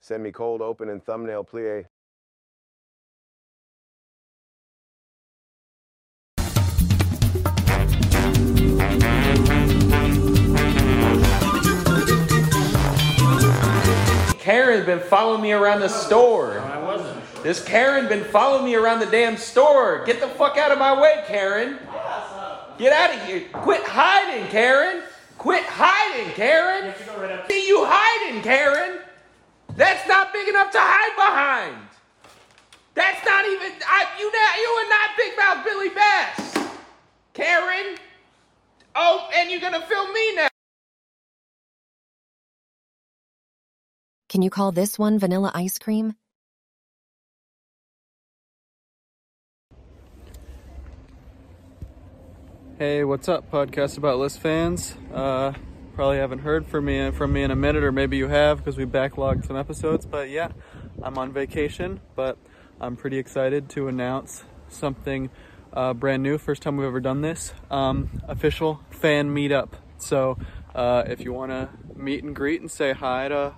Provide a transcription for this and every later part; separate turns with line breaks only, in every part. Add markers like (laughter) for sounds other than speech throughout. Send me cold open and thumbnail plie.
Karen been following me around the store. I wasn't. This Karen been following me around the damn store. Get the fuck out of my way, Karen. Get out of here. Quit hiding, Karen. Quit hiding, Karen. See you hiding, Karen. That's not big enough to hide behind. That's not even I, you. Not, you are not big mouth Billy Bass, Karen. Oh, and you're gonna film me now.
Can you call this one vanilla ice cream?
Hey, what's up, podcast about list fans? Uh, probably haven't heard from me from me in a minute, or maybe you have because we backlogged some episodes. But yeah, I'm on vacation, but I'm pretty excited to announce something uh, brand new. First time we've ever done this um, official fan meetup. So uh, if you want to meet and greet and say hi to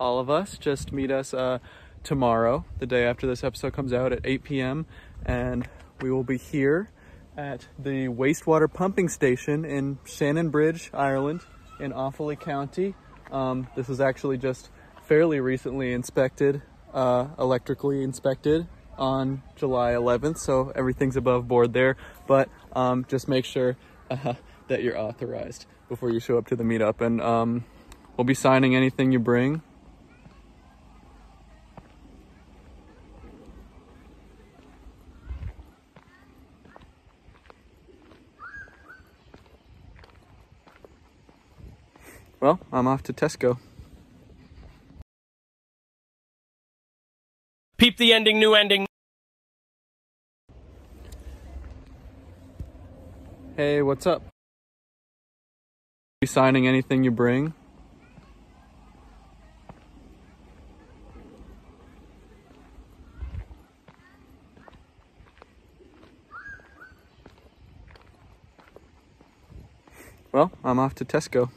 all of us, just meet us uh, tomorrow, the day after this episode comes out at 8 p.m. and we will be here at the wastewater pumping station in Shannon Bridge, Ireland, in Offaly County. Um, this was actually just fairly recently inspected, uh, electrically inspected on July 11th, so everything's above board there. But um, just make sure (laughs) uh, that you're authorized before you show up to the meetup, and um, we'll be signing anything you bring. Well, I'm off to Tesco.
Peep the ending, new ending.
Hey, what's up? Be signing anything you bring? Well, I'm off to Tesco.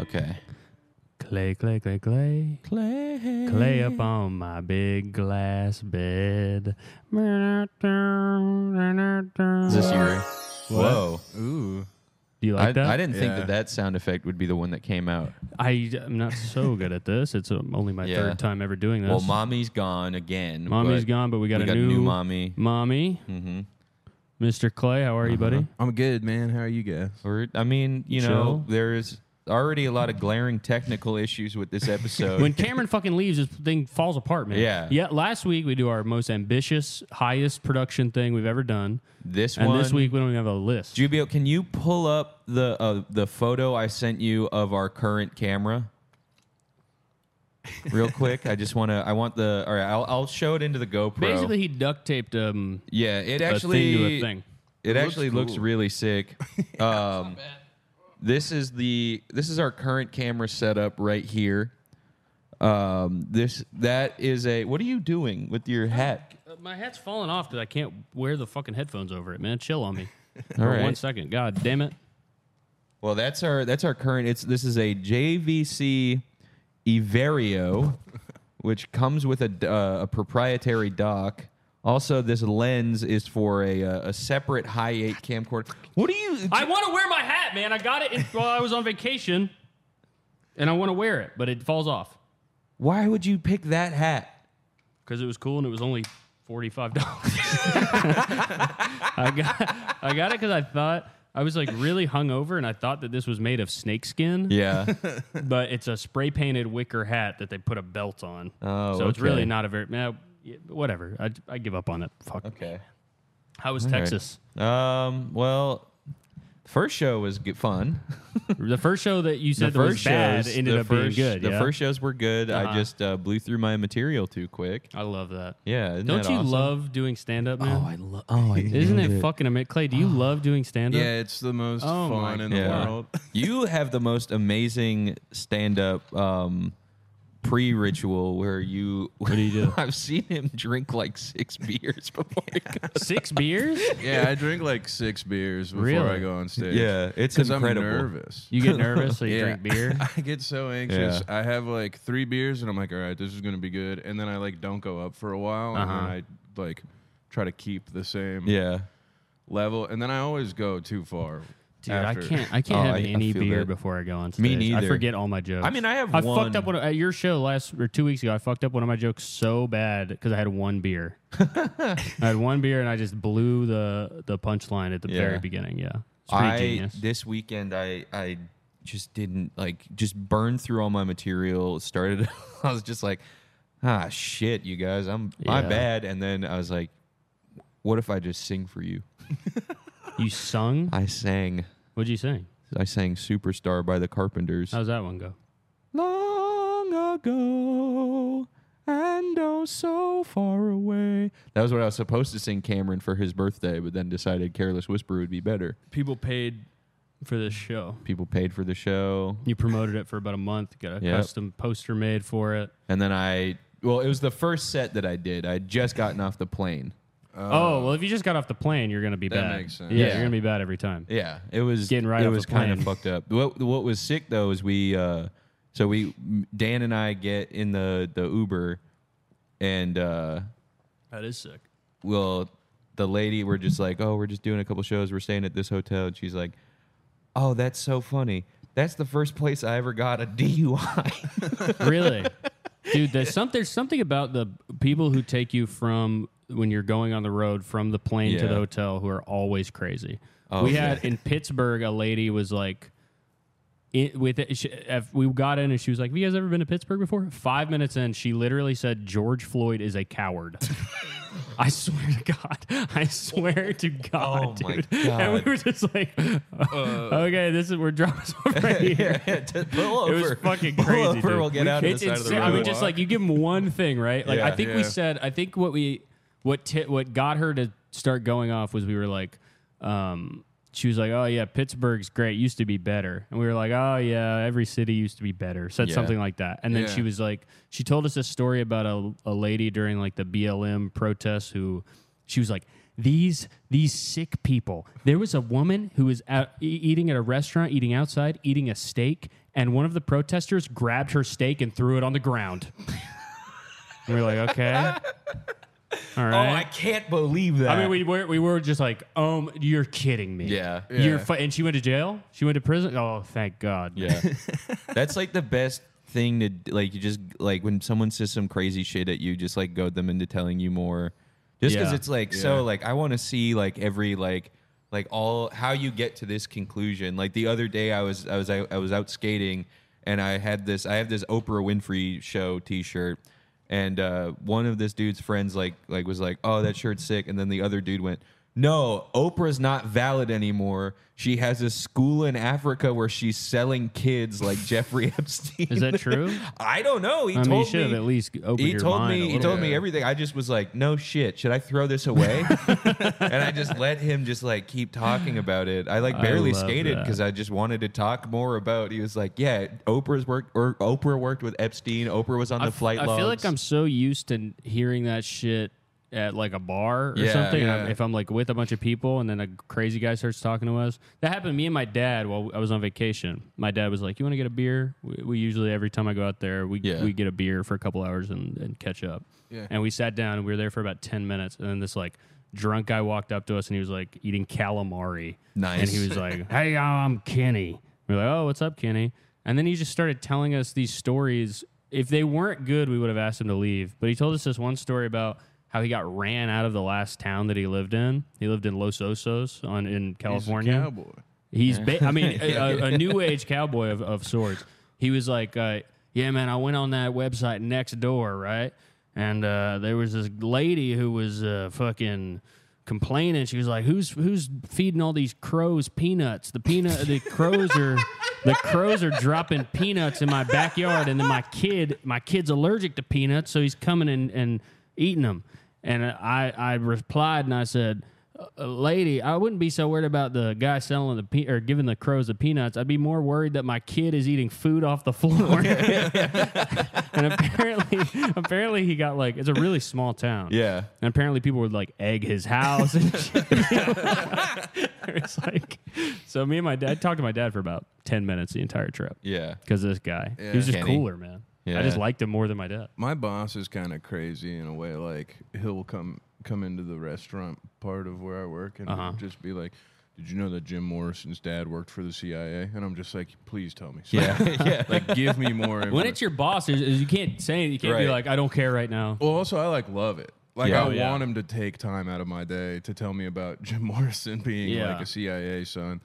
Okay.
Clay, clay, clay, clay.
Clay.
Clay up on my big glass bed. Do
Is this Yuri? Whoa.
Ooh.
you
I,
like that?
I didn't think
Yeah.
that that sound effect would be the one that came out.
I am not so good at this. It's um, only my
Yeah.
third time ever doing this.
Well, mommy's gone again.
Mommy's
but
gone, but we got
we
a
got
new,
mommy.
mommy.
Mm-hmm. Uh-huh.
Mr. Clay, how are you, buddy?
I'm good, man. How are you guys?
We're, I mean, you
Chill.
know, there's already a lot of glaring technical issues with
(laughs)
this episode.
When Cameron fucking leaves, this thing falls apart, man.
Yeah.
Yeah. Last week we do our most ambitious, highest production thing we've ever done,
this
and
one,
this week we don't even have a list.
Jubio, can you pull up the uh, the photo I sent you of our current camera? Real quick, I just want to. I want the. All right, I'll, I'll show it into the GoPro.
Basically, he duct taped um,
yeah, it
a
actually
thing to a thing.
It, actually looks really sick. um, this is the this is our current camera setup right here. Um, this that is a. What are you doing with your hat?
Uh, My hat's falling off because I can't wear the fucking headphones over it, man. Chill
(laughs)
on me.
All
For One
right.
second. God damn it.
Well, that's our that's our current. It's this is a JVC Everio,
(laughs)
which comes with a d- uh, a proprietary dock. Also, this lens is for a uh, a separate high eight camcorder. What do you?
I want to wear my hat, man. I got it in, while I was on vacation, and I want to wear it, but it falls off
Why would you pick that
(laughs)
hat?
because it was cool and it was only forty-five dollars. (laughs) I got I got it because I thought I was like really hungover, and I thought that this was made of snakeskin,
Yeah,
but it's a spray-painted wicker hat that they put a belt on.
Oh,
so it's
okay.
really not a very eh, yeah, whatever. I, I give up on it. Fuck.
Okay.
How was
right.
Texas?
Um. Well, First show was good,
(laughs)
fun.
The first show that you said that was bad ended
the
up
first,
being good.
The
yeah?
first shows were good. I
Uh-huh.
just uh, blew through my material too quick.
I love that.
Yeah, isn't
Don't
that
you
awesome?
love doing stand up, man?
Oh, I love. Oh, I
(laughs) Isn't
love
it fucking amazing? Clay, do you love doing stand up?
Yeah, it's the most
Oh my
fun in
Yeah.
the world.
(laughs) you have the most amazing stand-up um, pre-ritual where you. What do you do? (laughs) I've seen him drink like six (laughs) beers before.
(laughs)
he goes.
Six beers?
yeah, I drink like six beers before
Really?
I go on stage.
Yeah, it's
because I'm
incredible.
nervous.
You get nervous, so you
Yeah.
drink
(laughs)
beer.
I get so anxious. I have like three beers and I'm like, all right, this is gonna be good. And then I like don't go up for a while,
Uh-huh.
and then I like try to keep the same
Yeah.
level. And then I always go too far.
Dude,
after.
I can't. I
(laughs)
can't
Oh,
have
I- I
any
feel
beer
that.
before I go on stage.
Me
I
neither.
forget all my jokes.
I mean, I have
I
one-
fucked up one, at your show last or two weeks ago. I fucked up one of my jokes so bad because I had one beer.
(laughs)
I had one beer and I just blew the the punchline at the
Yeah.
very beginning. Yeah, it's pretty
I
genius.
this weekend I I just didn't like just burned through all my material. Started (laughs) I was just like, ah shit, you guys, I'm my
Yeah.
bad. And then I was like, what if I just sing for you?
You sung?
I sang
What'd you sing?
I sang Superstar by the Carpenters.
How's that one go?
Long ago and oh so far away. That was what I was supposed to sing Cameron for his birthday, but then decided Careless Whisper would be better.
People paid for this show.
People paid for the show.
You promoted it for about a month. Got a
Yep.
custom poster made for it.
And then I, well, it was the first set that I did. I had just gotten off the plane. Uh,
Oh well, if you just got off the plane, you're gonna be
That
bad.
makes sense.
Yeah,
Yeah.
you're gonna be bad every time.
Yeah, it was
Getting right
It
off
was
the
kind of
plane.
fucked up. What what was sick though is we, uh, so we Dan and I get in the the Uber, and uh,
That is sick.
well, the lady we're just like, oh, we're just doing a couple shows. We're staying at this hotel, and she's like, oh, that's so funny. That's the first place I ever got a (laughs) DUI.
really, dude. There's some, there's something about the people who take you from when you're going on the road from the plane to
Yeah. Oh,
the hotel who are always crazy. we had in Pittsburgh a lady was like. It, with it, she, if we got in and she was like, "Have you guys ever been to Pittsburgh before?" Five minutes in, she literally said, "George Floyd is
(laughs)
a coward." I swear to God, I swear to God,
Oh my
dude.
God. Uh.
And we were just like, (laughs) "Okay, this is we're dropping something
(laughs)
right here."
Pull over.
It was fucking
Pull
crazy.
over,
dude.
We'll get out of the
it's
side of the
insane.
road.
I mean, just like you give them one thing, right? Like I
Yeah.
think
Yeah.
we said. I think what we what ti what got her to start going off was we were like, um, she was like, oh yeah, Pittsburgh's great. Used to be better, and we were like, oh yeah, every city used to be better. Said
Yeah.
something like that, and then
Yeah.
she was like, she told us a story about a a lady during like the BLM protests who she was like. These these sick people. There was a woman who was out e- eating at a restaurant, eating outside, eating a steak, and one of the protesters grabbed her steak and threw it on the ground. and we are
(laughs)
like, okay, all
oh, I
right.
can't believe that.
I mean, we were we were just like, um, you're kidding me.
Yeah.
You're
Yeah.
fu- and she went to jail. She went to prison. Oh, thank God.
Yeah. That's like the best thing to d- like you just like when someone says some crazy shit at you just like goad them into telling you more. Just cuz
Yeah.
it's like so like I want to see like every like like all how you get to this conclusion. Like the other day I was I was I, I was out skating and I had this I have this Oprah Winfrey show t-shirt and uh one of this dude's friends like like was like, "Oh, that shirt's sick." And then the other dude went, no, Oprah's not valid anymore. She has a school in Africa where she's selling kids like (laughs) Jeffrey Epstein.
Is that true?
(laughs) I don't know. He
I mean, you
told
should have
me.
at least opened
he
your
told
mind a
me. He
little
told
bit.
me everything. I just was like, no shit. Should I throw this
(laughs)
away? and I just let him just like keep talking about it. I like barely
love
skated
that.
because I just wanted to talk more about. He was like, yeah, Oprah's worked or Oprah worked with Epstein. Oprah was on the
f-
flight.
I feel like
logs.
I'm so used to hearing that shit at like a bar or
Yeah,
something. and I'm-
yeah.
if I'm like with a bunch of people and then a crazy guy starts talking to us, that happened to me and my dad while I was on vacation. My dad was like, "You want to get a beer?" We, we usually every time I go out there, we
Yeah.
we get a beer for a couple hours and, and catch up.
Yeah.
And we sat down and we were there for about ten minutes, and then this like drunk guy walked up to us and he was like eating calamari.
Nice.
And he was like, "Hey, I'm Kenny." We are like, "Oh, what's up, Kenny?" And then he just started telling us these stories. If they weren't good, we would have asked him to leave. But he told us this one story about how he got ran out of the last town that he lived in. He lived in Los Osos on in California.
He's a cowboy.
He's, ba- I mean, a, a, a new age cowboy of, of sorts. He was like, uh, yeah, man, I went on that website next door, right? And uh, there was this lady who was uh, fucking complaining. She was like, "Who's who's feeding all these crows peanuts? The peanut the crows are the crows are dropping peanuts in my backyard, and then my kid my kid's allergic to peanuts, so he's coming and and eating them." And I I replied and I said. "Uh, Lady, I wouldn't be so worried about the guy selling the pe- or giving the crows the peanuts. I'd be more worried that my kid is eating food off
(laughs)
the floor. (laughs) and apparently, apparently he got like it's a really small town.
Yeah.
And apparently people would like egg his house and shit. (laughs) it's like so me and my dad I talked to my dad for about ten minutes the entire trip.
Yeah.
Because this guy. he was just
Kenny.
cooler, man.
Yeah.
I just liked him more than my dad.
My boss is kind of crazy in a way. Like he'll come come into the restaurant part of where I work and
Uh-huh.
just be like, "Did you know that Jim Morrison's dad worked for the CIA?" And I'm just like, "Please tell me." So,
Yeah. (laughs) yeah.
(laughs) like give me more.
When it's your boss, there's- you can't say you can't be
Right.
like, I don't care right now.
Well, also I like love it. Like
Yeah.
I
Oh,
yeah.
want him to take time out of my day to tell me about (laughs) Jim Morrison being
Yeah.
like a CIA son,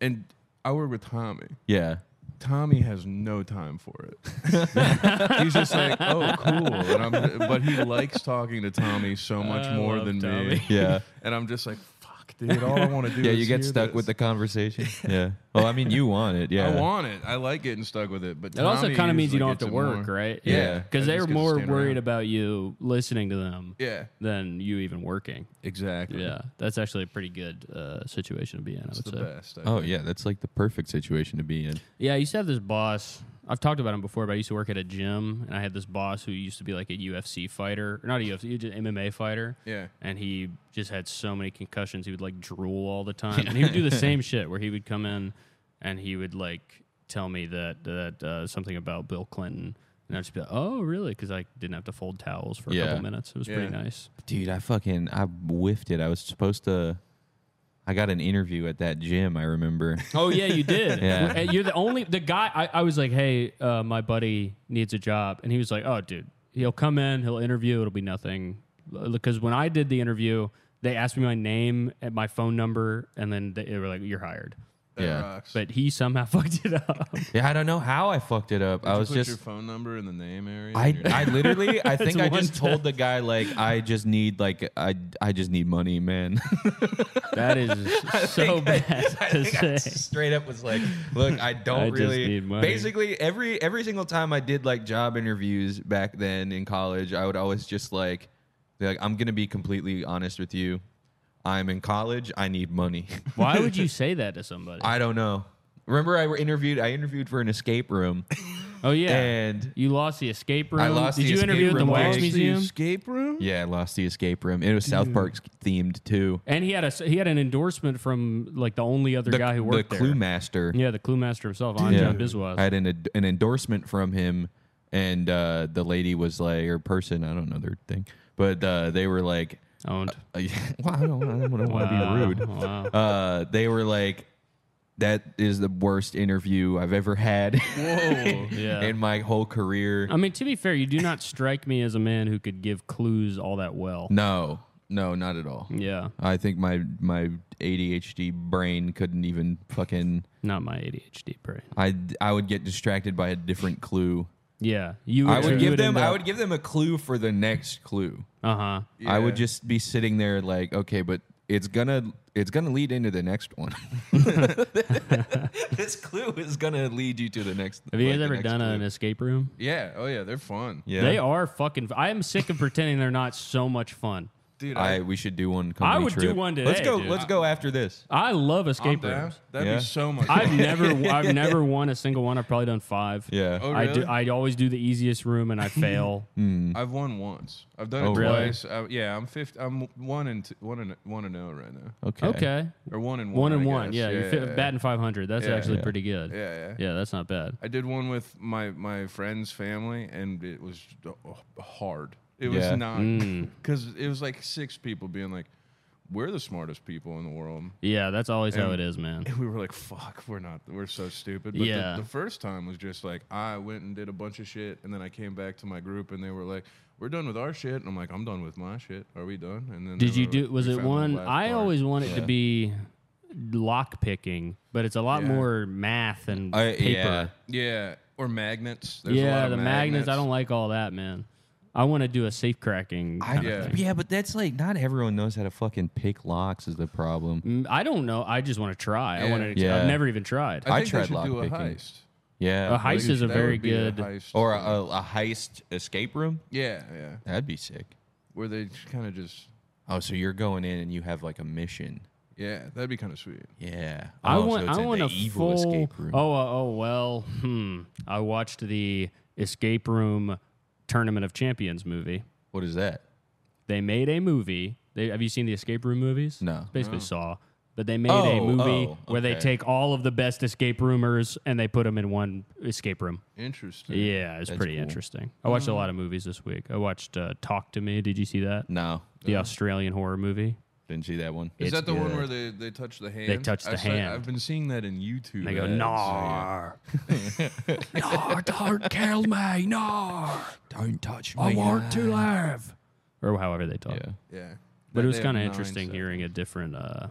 and I work with Tommy.
Yeah.
Tommy has no time for it. (laughs) He's just like, oh, cool. And I'm, but he likes talking to Tommy so much
I
more
love
than
Tommy.
me.
Yeah.
And I'm just like, fuck, dude. All
(laughs)
I want to do
Yeah,
is
you get
hear
stuck
this."
with the conversation. Yeah. Well, I mean, you want it. Yeah.
I want it. I like getting stuck with it. But
It also
Tommy
kind of means you
usually
don't have to
gets it
work,
more.
right?
Yeah.
Because
I
they were
just get to
more
stand
worried
around.
about you listening to them
Yeah.
than you even working.
Exactly.
Yeah, that's actually a pretty good uh, situation to be in. I would
It's the
say.
best. I
Oh
think.
yeah, that's like the perfect situation to be in.
Yeah, I used to have this boss. I've talked about him before, but I used to work at a gym, and I had this boss who used to be like a UFC fighter, or not a UFC, just MMA fighter.
Yeah.
And he just had so many concussions. He would like drool all the
(laughs)
time, and he would do the same shit where he would come in and he would like tell me that that uh, something about Bill Clinton. And I'd just be like, "Oh, really?" Because I didn't have to fold towels for a
Yeah.
couple minutes. It was pretty
Yeah.
nice.
Dude, I fucking I whiffed it. I was supposed to. I got an interview at that gym. I (laughs) remember.
Oh yeah, you did.
Yeah.
And You're the only the guy. I, I was like, hey, uh, my buddy needs a job, and he was like, oh, dude, he'll come in, he'll interview, it'll be nothing. Because when I did the interview, they asked me my name and my phone number, and then they, they were like, you're hired.
That
Yeah.
rocks.
But he somehow (laughs) fucked it up.
yeah, I don't know how I fucked it up. I
Did you
was
put your
just.
phone number in the name area.
I,
and your- (laughs)
I literally (laughs) I think I
one
just told the guy like I just need like I I just need money man (laughs)
that is (laughs) so bad
I
to
think I
say.
straight up was (laughs) like, look, I don't
I just
really.
need money.
Basically, every every single time I did like job interviews back then in college, I would always just like, be like, I'm gonna be completely honest with you. I'm in college. I need money. (laughs)
Why would you say that to somebody?
I don't know. Remember, I were interviewed. I interviewed for an escape room,
oh (laughs) yeah,
and
you lost the escape room.
I lost
Did
the
you
escape
interview at the
room
wax
wig.
museum?
escape room.
yeah, I lost the escape room. It was South Park themed too.
And he had a he had an endorsement from like the only other
The,
guy who
the
worked there.
Clue Master.
Yeah, the clue master himself, on John Biswas.
I had an, ad- an endorsement from him, and uh, the lady was like, or person, I don't know their thing, but uh, they were like, (laughs)
owned.
(laughs)
uh, well, I don't, I don't want to
Wow.
be rude.
Wow.
Uh, they were like, that is the worst interview I've ever had
(laughs)
(laughs)
Yeah.
in my whole career.
I mean, to be fair, you do not strike me as a man who could give clues all that well.
No, no, not at all.
Yeah,
I think my my ADHD brain couldn't even fucking.
not my ADHD brain.
I I would get distracted by a different clue.
Yeah, you.
I would give them I would give them a clue for the next clue.
Uh huh.
I would just be sitting there like, okay, but it's gonna it's gonna lead into the next one. (laughs) this clue is gonna lead you to the next.
Have you
like,
guys
the
ever
next
done
clue.
an escape room?
Yeah. Oh yeah, they're fun.
Yeah,
They are fucking. I am sick of pretending they're not so much fun.
Dude,
I we should do one.
I
company
would do
trip.
one
Let's
today,
go.
dude.
Let's go after this.
I love
I'm
escape
down.
rooms.
That'd
Yeah.
be
(laughs)
so much.
I've
fun.
never, I've never won a single one. I've probably done five.
Yeah.
Oh,
I do.
really?
I always do the easiest
(laughs)
room and I fail.
I've won once. I've done
Oh,
it
really?
twice. I, yeah, I'm fifth. I'm one and two, one and one and zero right now,
Okay.
okay.
or one and one.
One
I
and one.
guess.
Yeah, you're fi- batting 500. That's
Yeah,
actually
yeah.
pretty good.
Yeah, yeah.
Yeah, that's not bad.
I did one with my my friend's family, and it was uh, hard. It was
Yeah. Mm.
not (laughs) because it was like six people being like, "We're the smartest people in the world."
Yeah, that's always how it is, man.
(laughs) And we were like, "Fuck, we're not. We're so stupid." But
Yeah.
the, the first time was just like I went and did a bunch of shit, and then I came back to my group, and they were like, "We're done with our shit," and I'm like, "I'm done with my shit. Are we done?" And then they
Did you
were
do?
like-
Was
we
it
found the
one?
last
I
part.
always want it to be lock picking, but it's a lot
Yeah.
more math and
I-
paper.
yeah.
Yeah, or magnets. There's a
Yeah,
lot of
the magnets. I don't like all that, man. I want to do a safe cracking.
I,
kind of
yeah.
thing.
but that's like not everyone knows how to fucking pick locks is the problem.
Mm, I don't know. I just want to try. I want to.
Yeah.
I've never even tried.
I
I, think
tried
they should do a
lockpicking.
heist.
Yeah,
A heist is a
That
very
would be a
good.
heist.
or a, a, a heist escape room.
yeah, yeah,
That'd be sick.
where they kind of just
Oh, so you're going in and you have like a mission.
yeah, that'd be kind of sweet.
Yeah,
I
Oh, so
want.
it's
I
in
want
the
a
evil
full.
escape room.
Oh, uh, oh well. Hmm. I watched the escape room tournament of champions movie.
what is that?
They made a movie. They, have you seen the escape room movies?
No.
It's basically Saw. But they made a
Oh,
movie
oh,
where they
okay.
take all of the best escape roomers and they put them in one escape room.
Interesting.
Yeah, it's
That's
pretty
cool.
interesting. I watched a lot of movies this week. I watched uh, Talk to Me. Did you see that?
No,
The Australian horror movie.
didn't see that one.
Is
It's
that the
good.
one where they, they touch the hand?
touch the
I've se-
hand.
I've been seeing that in YouTube.
And they go,
ads.
Nar. (laughs)
Oh, don't kill me! No, don't touch me! I want to live.
Or however they talk.
Yeah,
Yeah.
But
They-
it was
they have
kind of
nine
interesting
seconds.
hearing a different uh,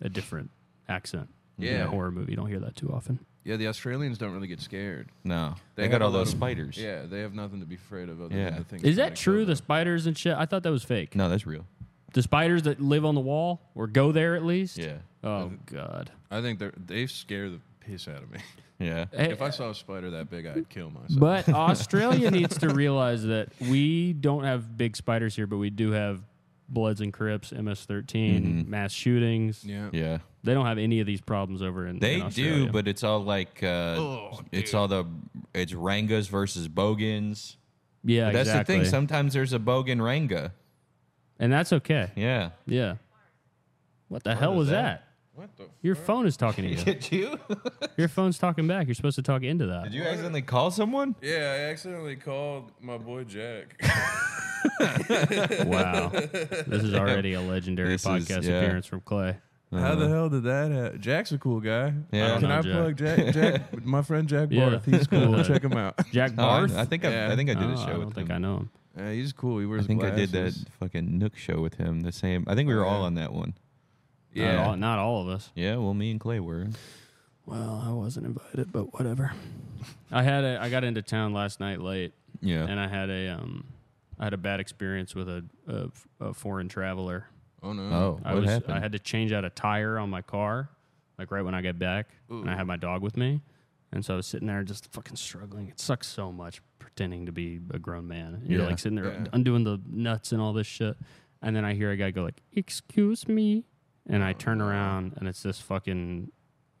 a different accent. In
Yeah.
a horror movie. You don't hear that too often.
Yeah, the Australians don't really get scared.
no, they,
have
got
a
all
lot
those
of-
spiders.
Yeah, they have nothing to be afraid of other
Yeah.
than the things.
Is
gonna
that
kill
true? The
them.
spiders and shit? I thought that was fake.
no, that's real.
The spiders that live on the wall or go there at least?
Yeah,
Oh, God.
I think they they scare the piss out of me. (laughs)
yeah.
Hey,
if I saw a spider that big, I'd kill myself.
(laughs)
But Australia needs to realize that we don't have big spiders here, but we do have Bloods and Crips, MS-13, mass shootings.
yeah.
Mm-hmm. Yeah,
They don't have any of these problems over in.
they
in
do,
Australia.
but it's all like uh, it's all the it's Rangas versus Bogans.
yeah,
That's
exactly.
the thing. Sometimes there's a Bogan Ranga.
and that's okay.
Yeah,
Yeah. What the hell was that?
What the? F-
Your phone is talking
(laughs)
to you.
did you
Your phone's talking back. You're supposed to talk into that.
did you accidentally call someone?
yeah, I accidentally called my boy Jack.
(laughs)
Wow. this is already a legendary
This is-
podcast
yeah.
appearance from Clay.
How the hell did that happen? Jack's a cool guy.
Yeah.
Can
know
I
Jack.
(laughs)
plug Jack? Jack, my friend Jack
Yeah.
Barth. He's cool.
(laughs)
Check him out.
Jack
Oh, I,
Barth.
I think I, I think I did a
Oh,
show
I don't
with
think
him.
I know him.
Yeah, he's cool. He wears.
I think I did that
glasses.
fucking Nook show with him. The same. I think
Oh,
we were all on that one.
Not
Yeah.
all, not all of us.
Yeah. Well, me and Clay were.
Well, I wasn't invited, but whatever. I had a, I got into town last night late,
Yeah.
and I had a um, I had a bad experience with a a, a foreign traveler.
Oh no.
oh, what
I was
happened?
I had to change out a tire on my car, like right when I got back, and I had my dog with me, and so I was sitting there just fucking struggling. It sucks so much pretending to be a grown man. And You're
Yeah.
like sitting there undoing the nuts and all this shit, and then I hear a guy go like, "Excuse me," and I turn around and it's this fucking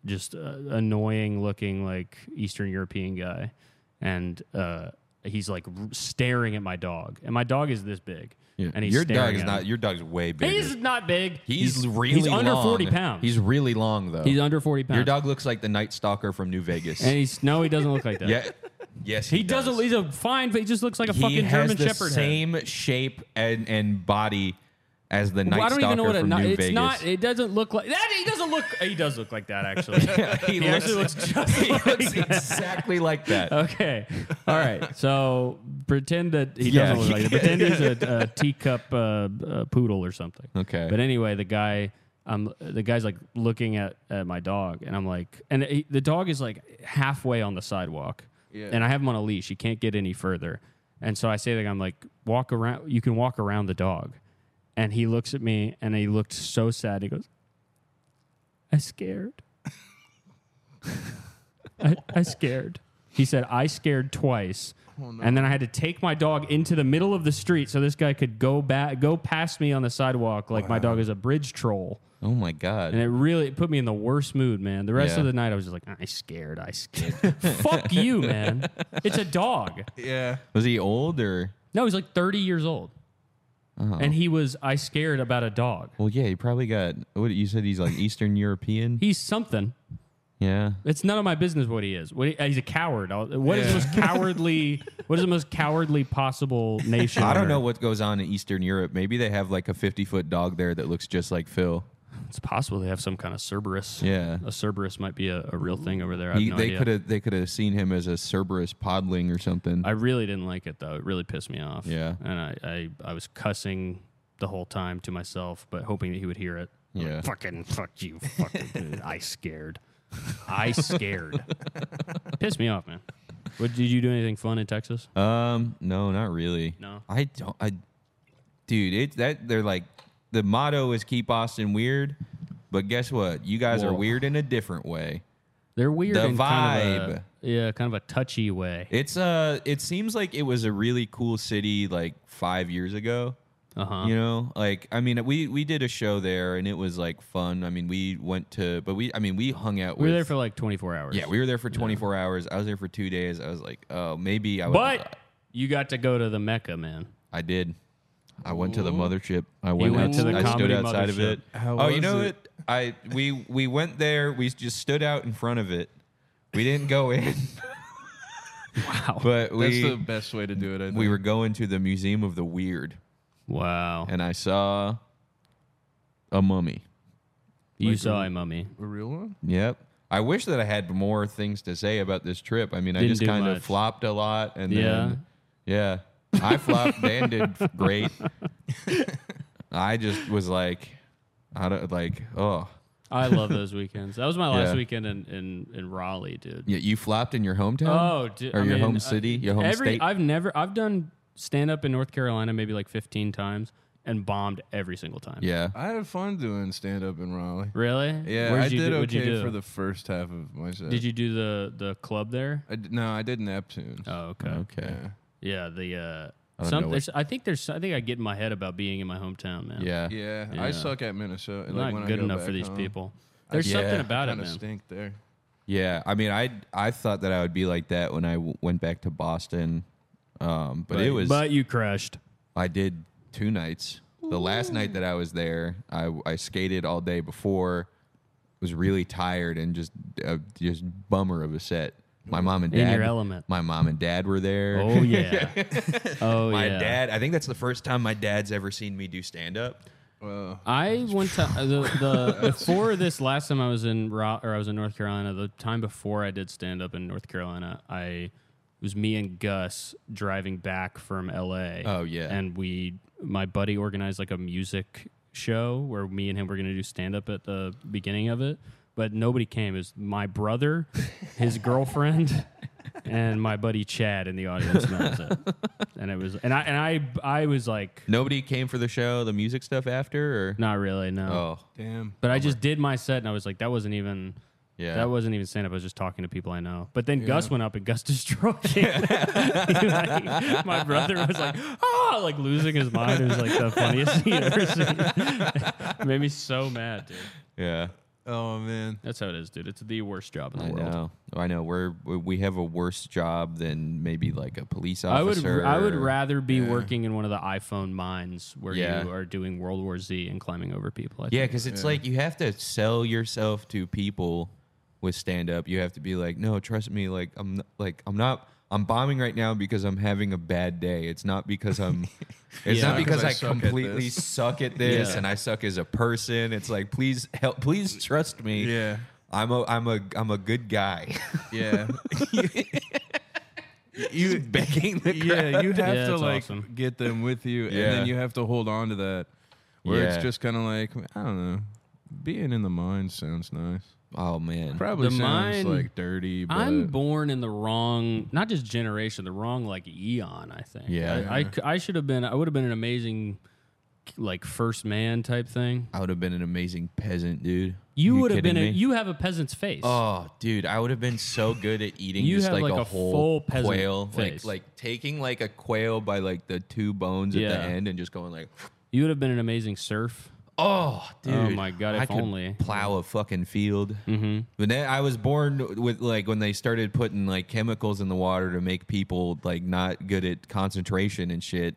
just uh, annoying looking like Eastern European guy, and uh, he's like r- staring at my dog, and my dog is this big.
Yeah.
And he's
your dog
staring
is
at
not.
him.
Your dog's way bigger.
He's not big.
He's, really
he's under
long.
forty pounds.
He's really long though.
he's under forty pounds.
Your dog looks like the Night Stalker from New Vegas.
and he's no, he doesn't look like that.
yeah. Yes.
he doesn't. He's a fine. He just looks like a
he
fucking
has
German
the
Shepherd. head.
same shape and and body as the Night
Well, I don't
Stalker
even know what a
from
ni-
New
it's
Vegas.
not. It doesn't look like that. He doesn't look. He does look like that actually.
(laughs) he,
he
looks,
actually looks just
(laughs) he
like
looks
that. Uh,
exactly like that.
Okay. All
(laughs)
right. So pretend that he
Yeah.
doesn't look like that. Pretend
(laughs)
he's a, a teacup uh, uh, poodle or something.
Okay.
But anyway, the guy, um, the guy's like looking at, at my dog, and I'm like, and he, the dog is like halfway on the sidewalk,
Yeah.
and I have him on a leash. He can't get any further, and so I say to him, I'm like, walk around. You can walk around the dog, and he looks at me, and he looked so sad. He goes, I scared. I, I scared. He said, I scared twice.
Oh,
And then I had to take my dog into the middle of the street so this guy could go back, go past me on the sidewalk like my dog is a bridge troll.
Oh my god.
And it really it put me in the worst mood, man. The rest
Yeah.
of the night I was just like, I scared, I scared. (laughs) Fuck you, man. It's a dog.
Yeah.
Was he old or?
No, he's like 30 years old.
Uh-huh.
And he was, I scared about a dog.
Well, yeah, he probably got. What you said? He's like Eastern
(laughs)
European.
He's something.
yeah.
It's none of my business what he is. What he, uh, he's a coward. I'll- What is the most cowardly? What is the most cowardly possible nation?
(laughs) I
on
don't know
earth?
what goes on in Eastern Europe. Maybe they have like a fifty foot dog there that looks just like Phil.
It's possible they have some kind of Cerberus.
Yeah.
a Cerberus might be a, a real thing over there. I have
He,
no
they
idea.
could have they could have seen him as a Cerberus podling or something.
I really didn't like it though. It really pissed me off.
Yeah.
and I, I, I was cussing the whole time to myself, but hoping that he would hear it. I'm like,
Yeah.
fucking fuck you,
(laughs)
fucking dude. I scared. I scared. pissed me off, man. What did you do anything fun in Texas?
Um, no, not really.
No?
I don't. I, dude, it's that they're like the motto is keep Austin weird, but guess what? You guys are
Whoa.
weird in a different way.
They're weird.
The
in Kind of
vibe.
a, yeah, kind of a touchy way.
It's uh, it seems like it was a really cool city like five years ago.
Uh huh.
You know, like I mean, we we did a show there and it was like fun. I mean, we went to, but we I mean, we hung out.
we
with,
were there for like 24 hours.
yeah, we were there for 24 hours. I was there for two days. I was like, oh, maybe I would.
But you got to go to the Mecca, man.
I did. I went to the mothership. I went,
went
out-
to the
I stood
comedy
outside of
mothership.
it.
How
oh, you
was
know
it?
what? I we we went there. We just stood out in front of it. We didn't go
(laughs)
in. wow. But
That's the
we
best way to do it. I think.
we were going to the Museum of the Weird,
Wow.
and I saw a mummy.
you saw a mummy.
a real one.
Yep. I wish that I had more things to say about this trip. I mean, I
Didn't
just
do
kind
much.
of flopped a lot, and
Yeah.
then yeah, I
(laughs)
flopped. Dan did f- great. I just was like, I don't like. Oh,
(laughs) I love those weekends. That was my last
Yeah.
weekend in, in, in Raleigh, dude.
yeah, you flopped in your hometown.
Oh, dude.
or
I
your
mean,
home
I-
city, your home
every,
state.
I've never, I've done stand up in North Carolina maybe like 15 times and bombed every single time.
yeah,
I had fun doing stand up in Raleigh.
Really?
Yeah,
Where'd
I
you
did
do- what'd you
okay
do?
for the first half of my set.
Did you do the the club there?
I d- no, I did Neptune.
Oh, okay.
okay,
Yeah, the uh,
don't
some.
know
there's, I think there's. I think I get in my head about being in my hometown, man.
yeah.
Yeah,
Yeah.
I suck at Minnesota.
I'm
like,
not
when
good
I go
enough
back
for these
home,
people. There's something
yeah,
about it,
Kind of
man.
stink there.
Yeah, I mean, I I thought that I would be like that when I w- went back to Boston, um, but it was
But you crushed.
I did two nights. The last night that I was there, I, I skated all day before. Was really tired and just uh, just bummer of a set. My mom and
In
dad,
your element.
My mom and dad were there.
Oh
(laughs)
yeah. oh
my
yeah.
dad. I think that's the first time my dad's ever seen me do stand up.
Well,
I went to uh, the,
(laughs)
the before this last time I was in Ro- or I was in North Carolina. The time before I did stand up in North Carolina, I it was me and Gus driving back from L.A.
Oh, yeah.
and we my buddy organized like a music show where me and him were going to do stand up at the beginning of it, but nobody came. It was my brother,
(laughs)
his girlfriend. And my buddy Chad in the audience, and that was it. And it was, and I, and I, I was like,
Nobody came for the show, the music stuff after, or
not really, no.
oh
damn.
But I just did my set and I was like, that wasn't even.
yeah,
That wasn't even stand up. I was just talking to people I know. But then Gus went up and Gus (laughs) destroyed
(laughs)
it. He, like- my brother was like, oh, like losing his mind. It was like the funniest thing I've ever seen. (laughs) Made me so mad, dude.
yeah.
Oh man.
That's how it is, dude. It's the worst job in the
I
world.
know, I know. We're we- we have a worse job than maybe like a police
I would
officer.
I would
or-
rather be working in one of the iPhone mines where
Yeah.
you are doing World War Z and climbing over people. I
Yeah,
think.
because it's like you have to sell yourself to people with stand up. You have to be like, no, trust me. Like I'm n- like I'm not. I'm bombing right now because I'm having a bad day. It's not because I'm. It's
Yeah.
not because I,
suck at
completely
this.
suck at this
Yeah.
and I suck as a person. It's like please help. Please trust me.
(laughs)
Yeah.
I'm a I'm a I'm a good guy.
Yeah.
(laughs) you begging the (laughs) crowd.
yeah, you
(laughs)
have
Yeah,
to
it's
like
awesome.
get them with you, and
Yeah.
then you have to hold on to that. Where
Yeah.
it's just kind of like I don't know, being in the mine sounds nice.
Oh man.
Probably
The
sounds
mine-
like dirty, but
I'm born in the wrong, not just generation, the wrong like eon. I think.
Yeah.
I, I c- I should have been. I would have been an amazing, like first man type thing.
I would have been an amazing peasant, dude.
You, would have been.
kidding
A,
me?
you have a peasant's face.
Oh, dude, I would have been so good at eating
You
just
have,
like,
like,
a,
a full
whole
peasant
quail,
face.
like like taking like a quail by like the two bones at
Yeah.
the end and just going like,
You would have been an amazing surf.
oh, dude,
my God,
I
if
could
only.
plow a fucking field. Mm-hmm. But then I was born with like when they started putting like chemicals in the water to make people like not good at concentration and shit.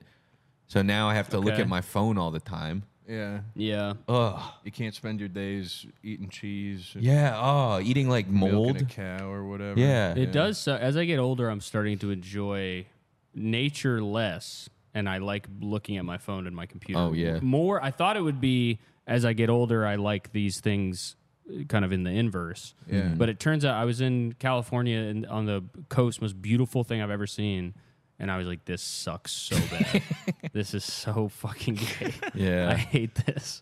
So now I have to look
Okay.
at my phone all the time.
yeah,
Yeah.
Oh
you can't spend your days eating cheese, and
yeah, oh eating like
milking
mold.
a cow or whatever.
Yeah,
It does. So as I get older, I'm starting to enjoy nature less, and I like looking at my phone and my computer.
Oh, yeah.
More. I thought it would be as I get older, I like these things uh, kind of in the inverse.
Yeah.
Mm-hmm.
But it turns out I was in California and on the coast, most beautiful thing I've ever seen. And I was like, this sucks so
(laughs)
bad. this is so fucking gay.
(laughs) yeah.
I hate this.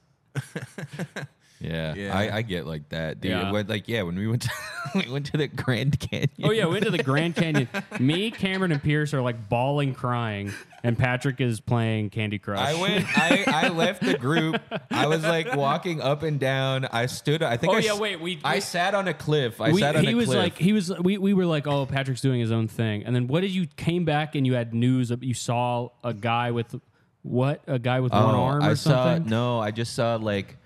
Yeah,
Yeah.
I, I get like that, dude.
Yeah.
When- like, yeah, when we went to (laughs) we went to the Grand Canyon.
Oh yeah, we went to the Grand Canyon. Me, Cameron, and Pierce are like bawling, crying, and Patrick is playing Candy
(laughs)
Crush.
I went. I, I left the group. I was like walking up and down. I stood. I think.
Oh,
I,
yeah,
s-
wait, we-
I
we-
sat on a cliff. I
We-
sat on
he
a
was
cliff.
like, he was. We, we were like, oh, Patrick's doing his own thing. And then what did you came back and you had news? Of, you saw a guy with what? A guy with one
Oh,
arm or
I
something?
Saw, no, I just saw like.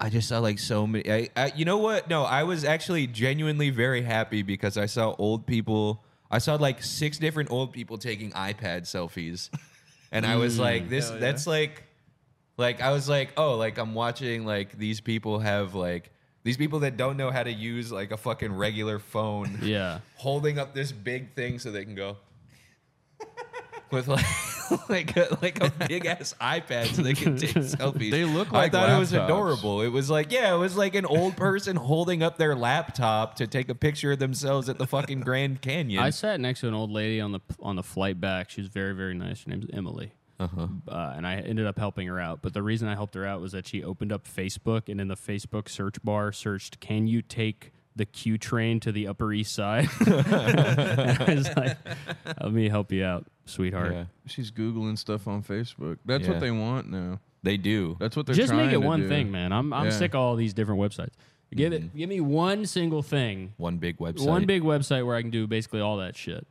I just saw like so many. I, I, you know what? No, I was actually genuinely very happy because I saw old people. I saw like six different old people taking iPad selfies, and I was
Hmm.
like, "This, that's like, like I was like, oh, like I'm watching like these people have like these people that don't know how to use like a fucking regular
(laughs)
phone, (laughs)
Yeah.
holding up this big thing so they can go (laughs) with like (laughs) like a, like a big (laughs) ass iPad so they can (laughs) take selfies.
They look
I
like
thought it was
laptops.
adorable. It was like yeah, it was like an old person holding up their laptop to take a picture of themselves at the fucking (laughs) Grand Canyon.
I sat next to an old lady on the on the flight back. She was very very nice. Her name's Emily. Uh-huh. and I ended up helping her out. But the reason I helped her out was that she opened up Facebook and in the Facebook search bar searched, "Can you take the Q train to the Upper East Side?" (laughs) And I was like, "Let me help you out, sweetheart."
Yeah.
She's googling stuff on Facebook. That's
Yeah.
what they want now.
they do.
That's what they're
Just make
trying
it
to
one
do.
thing, man. I'm I'm
Yeah. Mm-hmm.
sick of all these different websites. Give it. Give me one single thing.
One big website.
One big website where I can do basically all that shit,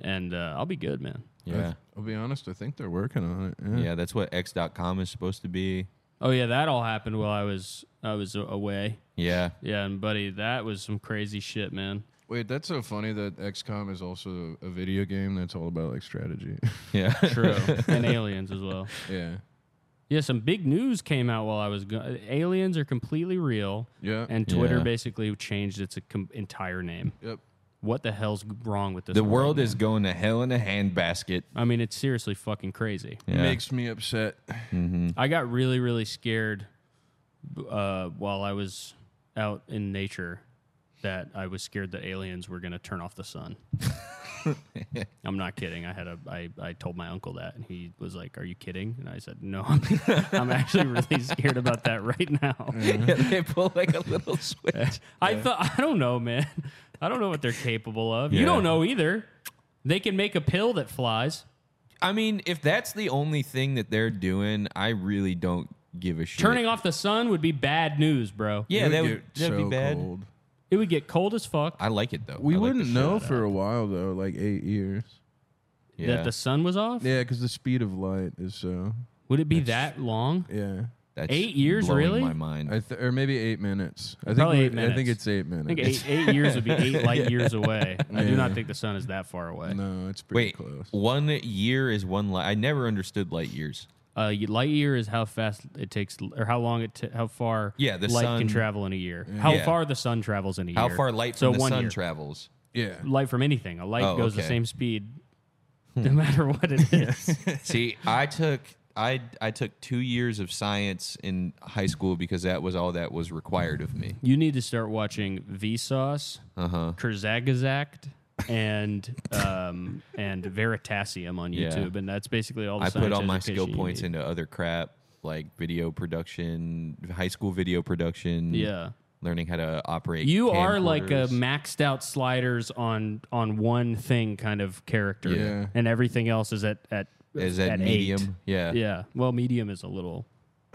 and uh, I'll be good, man.
Yeah.
I'll be honest. I think they're working on it. Yeah.
Yeah, that's what X.com is supposed to be.
Oh yeah, that all happened while I was I was a- away.
(laughs) Yeah.
Yeah, and buddy, that was some crazy shit, man.
Wait, that's so funny that XCOM is also a video game that's all about like strategy. (laughs)
Yeah.
True, (laughs) and aliens as well.
yeah.
Yeah, some big news came out while I was gone. Aliens are completely real.
Yeah.
and Twitter
Yeah.
basically changed its uh, com- entire name.
Yep.
What the hell's wrong with this?
The world is going to hell in a handbasket.
I mean, it's seriously fucking crazy.
Yeah.
Makes me upset.
I got really, really scared uh, while I was out in nature that I was scared that aliens were going to turn off
(laughs)
the sun. I'm not kidding. I had a I, I told my uncle that and he was like, "Are you kidding?" And I said, "No, I'm, (laughs) I'm actually really scared about that right now."
(laughs) yeah, they pull like a (laughs) little switch.
I thought I don't know, man. I don't know what they're capable of. You
Yeah.
don't know either. They can make a pill that flies.
I mean, if that's the only thing that they're doing, I really don't give a shit.
Turning off the sun would be bad news, bro.
yeah,
It
that would
get
that'd
so
be bad.
cold.
It would get cold as fuck
I like it though.
We
I like the
wouldn't
shit
know
out of
for a while though, like eight years.
it. Yeah,
that the sun was off.
Yeah, because the speed of light is so.
Would it be that long?
Yeah,
that's
eight years,
blowing
really?
My mind.
I th- or maybe eight minutes. I
Probably
think
eight
we- I think
minutes.
it's eight minutes.
I think eight, eight years would be
(laughs)
eight light years away. I do not think the sun is that far away.
No, it's pretty
Wait,
close.
one year is one light. I never understood light years.
Uh, y- light year is how fast it takes, or how long it, t- how far
Yeah, the
light can
sun-
travel in a year. How
Yeah.
far the sun travels in a
How
year.
far light
so
from the
one
sun
year. (laughs)
travels?
Yeah,
light from anything. A light
Oh,
goes the
okay. Hmm.
same speed, no matter
(laughs)
what it is.
See, I took I I took two years of science in high school because that was all that was required of me.
you need to start watching Vsauce, uh-huh. Kerzagazact, and um, and Veritasium on
Yeah.
YouTube, and that's basically all. The
I put
science
all my
education
skill
you
points
need.
into other crap like video production, high school video production.
Yeah.
learning how to operate.
You are like a
camcorders.
maxed out sliders on on one thing kind of character,
Yeah.
and everything else is at at
is that
at
medium?
eight.
Yeah,
Yeah. Well, medium is a little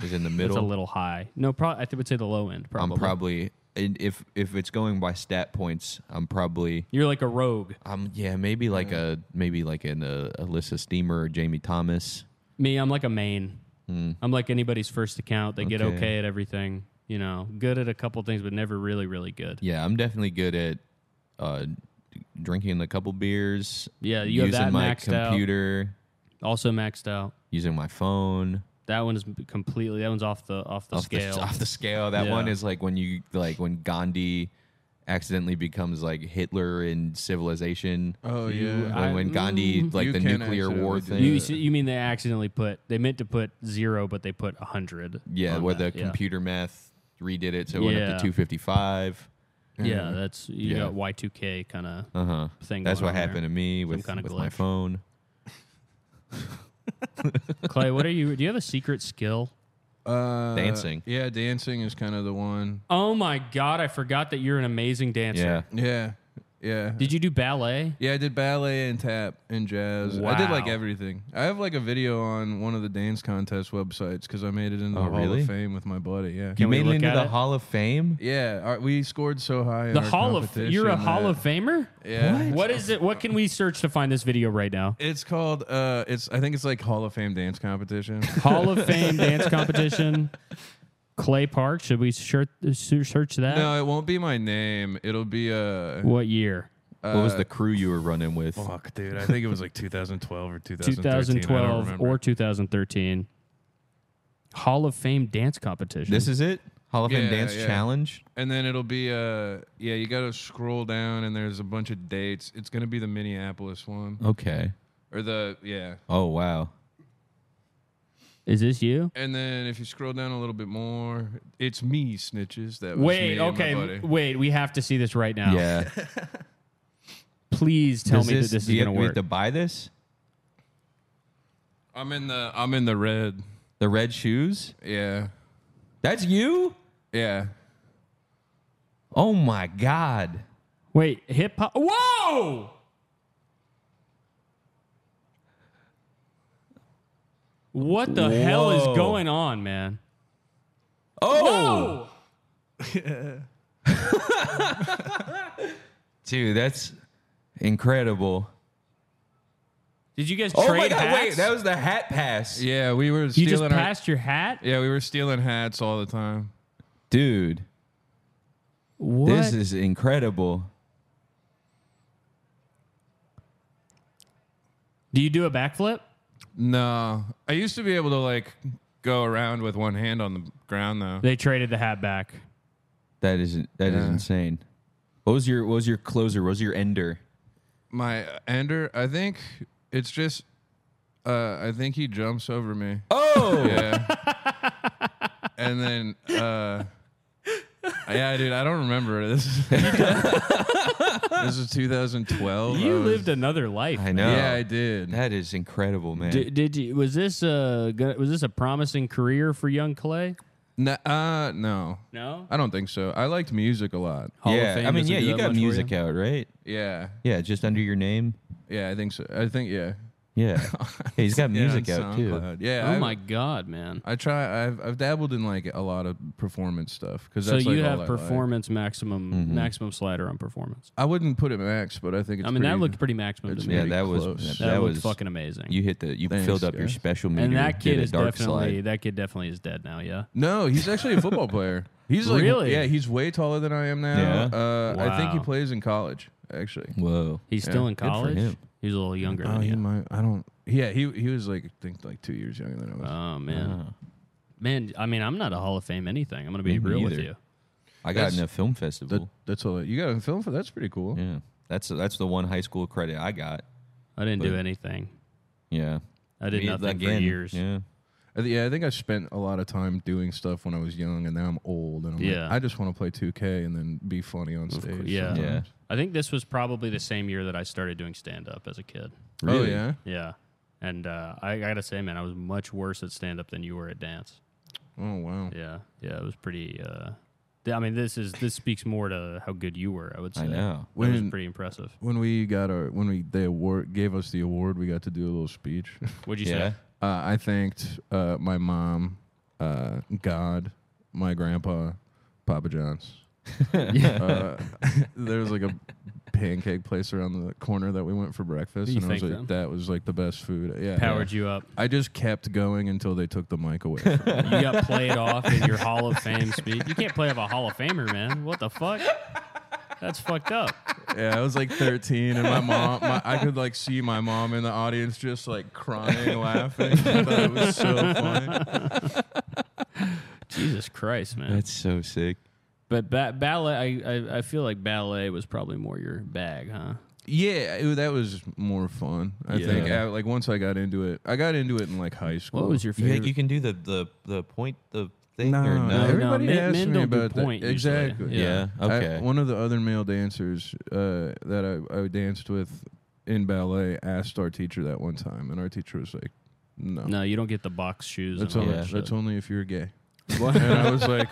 is in the
it's
middle.
a little high. No, probably I would say the low end. Probably.
I'm probably and if if it's going by stat points, I'm probably
You're like a rogue.
I'm yeah maybe like a maybe like an uh, Alyssa Steamer or Jamie Thomas.
Me, I'm like a main. I'm like anybody's first account. They get
Hmm. Okay.
okay at everything. You know, good at a couple things, but never really, really good.
Yeah, I'm definitely good at uh, drinking a couple beers.
Yeah, you have
using
that
my
maxed out.
computer,
Also maxed out.
using my phone.
That one's completely. That one's off the off the
off
scale.
The, (laughs) off the scale. That
Yeah.
one is like when you like when Gandhi accidentally becomes like Hitler in Civilization.
Oh yeah.
when, when Gandhi like
You
the
can
nuclear war
accidentally
thing.
do
mm-hmm. You, s- you mean they accidentally put? They meant to put zero, but they put a hundred.
yeah,
on
where
that.
the
Yeah.
computer math redid it so it went up
Yeah.
to 255.
Yeah, that's you
Yeah.
got Y two K kind of
Uh-huh.
thing.
That's
going
what
on
happened to me with,
kinda
with my
glitch.
phone. (laughs)
there. Clay. What are you? Do you have a secret skill?
Uh,
Dancing.
Yeah, dancing is kind of the one.
Oh my god, I forgot that you're an amazing dancer.
Yeah.
Yeah, yeah.
Did you do ballet?
Yeah, I did ballet and tap and jazz. I did like
Wow.
everything. I have like a video on one of the dance contest websites because I made it into
Oh,
the Hall
really?
of Fame with my buddy. Yeah,
You
we
made it
look
into
at
the
it?
Hall of Fame?
yeah. Our, we scored so high. In
The
our
Hall of You're a
competition
Hall
that-
of Famer?
Yeah.
What is it? What can we search to find this video right now?
It's called. Uh, it's. I think it's like Hall of Fame dance competition.
Hall of Fame dance competition.
(laughs)
Clay Park. Should we search, search that?
no, it won't be my name. It'll be uh,
What year?
what was the crew you were running with?
Fuck, dude. (laughs) I think it was like 2012 or 2013. I don't
2012
remember.
or 2013. Hall of Fame dance competition.
This is it? Hall of Fame
Yeah,
Dance
yeah.
Challenge?
And then it'll be uh yeah, you gotta scroll down and there's a bunch of dates. It's gonna be the Minneapolis one.
Okay.
Or the yeah.
Oh, wow.
is this you?
And then if you scroll down a little bit more, it's me, snitches. That was me
Wait,
and my
okay,
buddy.
m- wait. We have to see this right now.
Yeah.
Please (laughs) tell
Does
me that this
do
is
you
going to
have- we have
work.
to buy this?
I'm in the I'm in the red.
The red shoes?
Yeah.
That's you?
Yeah.
Oh, my God.
Wait, hip hop. Whoa! What the hell is
Whoa.
going on, man?
Oh,
Whoa!
(laughs) dude, that's incredible.
Did you guys
Oh,
trade
my God.
hats?
Wait, that was the hat pass.
Yeah, we were
you
stealing
just
our
passed your hat.
Yeah, we were stealing hats all the time.
Dude,
What?
this is incredible.
Do you do a backflip?
No. I used to be able to like go around with one hand on the ground though.
They traded the hat back.
That is that is insane. What was your what was your closer? What was your ender?
my ender i think it's just uh i think he jumps over me
Oh,
yeah (laughs) and then uh yeah dude i don't remember (laughs) this is- this is 2012 I
You
was-
lived another life.
I know.
yeah i did
that is incredible, man.
Did, did you? Was this a go- was this a promising career for young Clay?
no, uh no
No.
i don't think so i liked music a lot
Hall of
yeah,
Fame
I mean,
doesn't
yeah,
do
you
that
got
much for you?
music out, right?
yeah
Yeah, just under your name.
yeah i think so i think yeah
(laughs) Yeah, Hey, he's got music
yeah, on
out too.
SoundCloud. yeah
Oh
I-
my god, man!
i try i've i've dabbled in like a lot of performance stuff because
So you
like all
have
I like.
performance maximum
Mm-hmm.
maximum slider on performance.
I wouldn't put it max, but I think it's
I mean that
pretty-
looked pretty maximum to
it's
me.
Yeah,
pretty
that was
close.
that,
that, looked
was
fucking amazing.
You hit the you
Thanks,
filled up your
guys.
special meter.
and
did
that kid
a
is
dark
definitely
slide.
that kid definitely is dead now. Yeah.
No, he's actually
(laughs)
a football player. He's like,
Really?
yeah, he's way taller than I am now.
Yeah?
Uh, I think he
Wow.
plays in college actually.
Whoa,
He's still in
good for
college.
him.
He's a little younger
Oh,
than
he
you.
might. I don't. Yeah, he he was like I think like two years younger than I was.
Oh man, man. I mean, I'm not a Hall of Fame anything. I'm gonna be
Uh-huh. Me
real with
neither.
you.
I got in a film festival.
that, that's all. You got a film for that's pretty cool.
yeah, that's that's the one high school credit I got.
I didn't do anything.
Yeah,
I did
Me
nothing
again.
for years.
Yeah,
I thi- yeah, I think I spent a lot of time doing stuff when I was young, and now I'm old, and I'm
Yeah.
like, I just want to play 2K and then be funny on stage.
yeah.
yeah.
I think this was probably the same year that I started doing stand up as a kid.
Oh
Really?
yeah.
Yeah. And uh, I, I gotta say, man, I was much worse at stand up than you were at dance.
Oh wow.
Yeah, yeah, it was pretty. Uh, th- I mean, this is this speaks more to how good you were. I would say.
I know.
That was
When-
pretty impressive.
When we got our when we they award gave us the award, we got to do a little speech. (laughs)
What'd you
Yeah.
say?
Uh, I thanked uh, my mom, uh, God, my grandpa,
(laughs)
Papa John's. uh, (laughs) there was like a pancake place around the corner that we went for breakfast,
You
and I was
thanked
like,
them?
"That was like the best food." Yeah,
Powered you up.
I just kept going until they took the mic away. From
(laughs)
me.
You
(laughs)
got played off in your Hall of Fame speech. You can't play off a Hall of Famer, man. What the fuck? That's fucked up.
yeah, I was like 13, and my mom, my, I could like see my mom in the audience just like crying, laughing. I thought it was so funny.
Jesus Christ, man.
That's so sick.
but ba- ballet, I, I I feel like ballet was probably more your bag, huh?
Yeah, it, that was more fun. I
Yeah.
think. I, like once I got into it, I got into it in like high school.
What was your
You,
favorite?
(laughs)
you can do the the the point the thing or no?
every-
everybody
men-
asks
men
me
don't do
about
point
that.
usually.
Exactly.
Yeah.
I-
Okay.
one of the other male dancers uh, that I, I danced with in ballet asked our teacher that one time, and our teacher was like, "No,
no, you don't get the box shoes.
that's
and all
only
that
that's
shit.
only if you're gay." and I was like,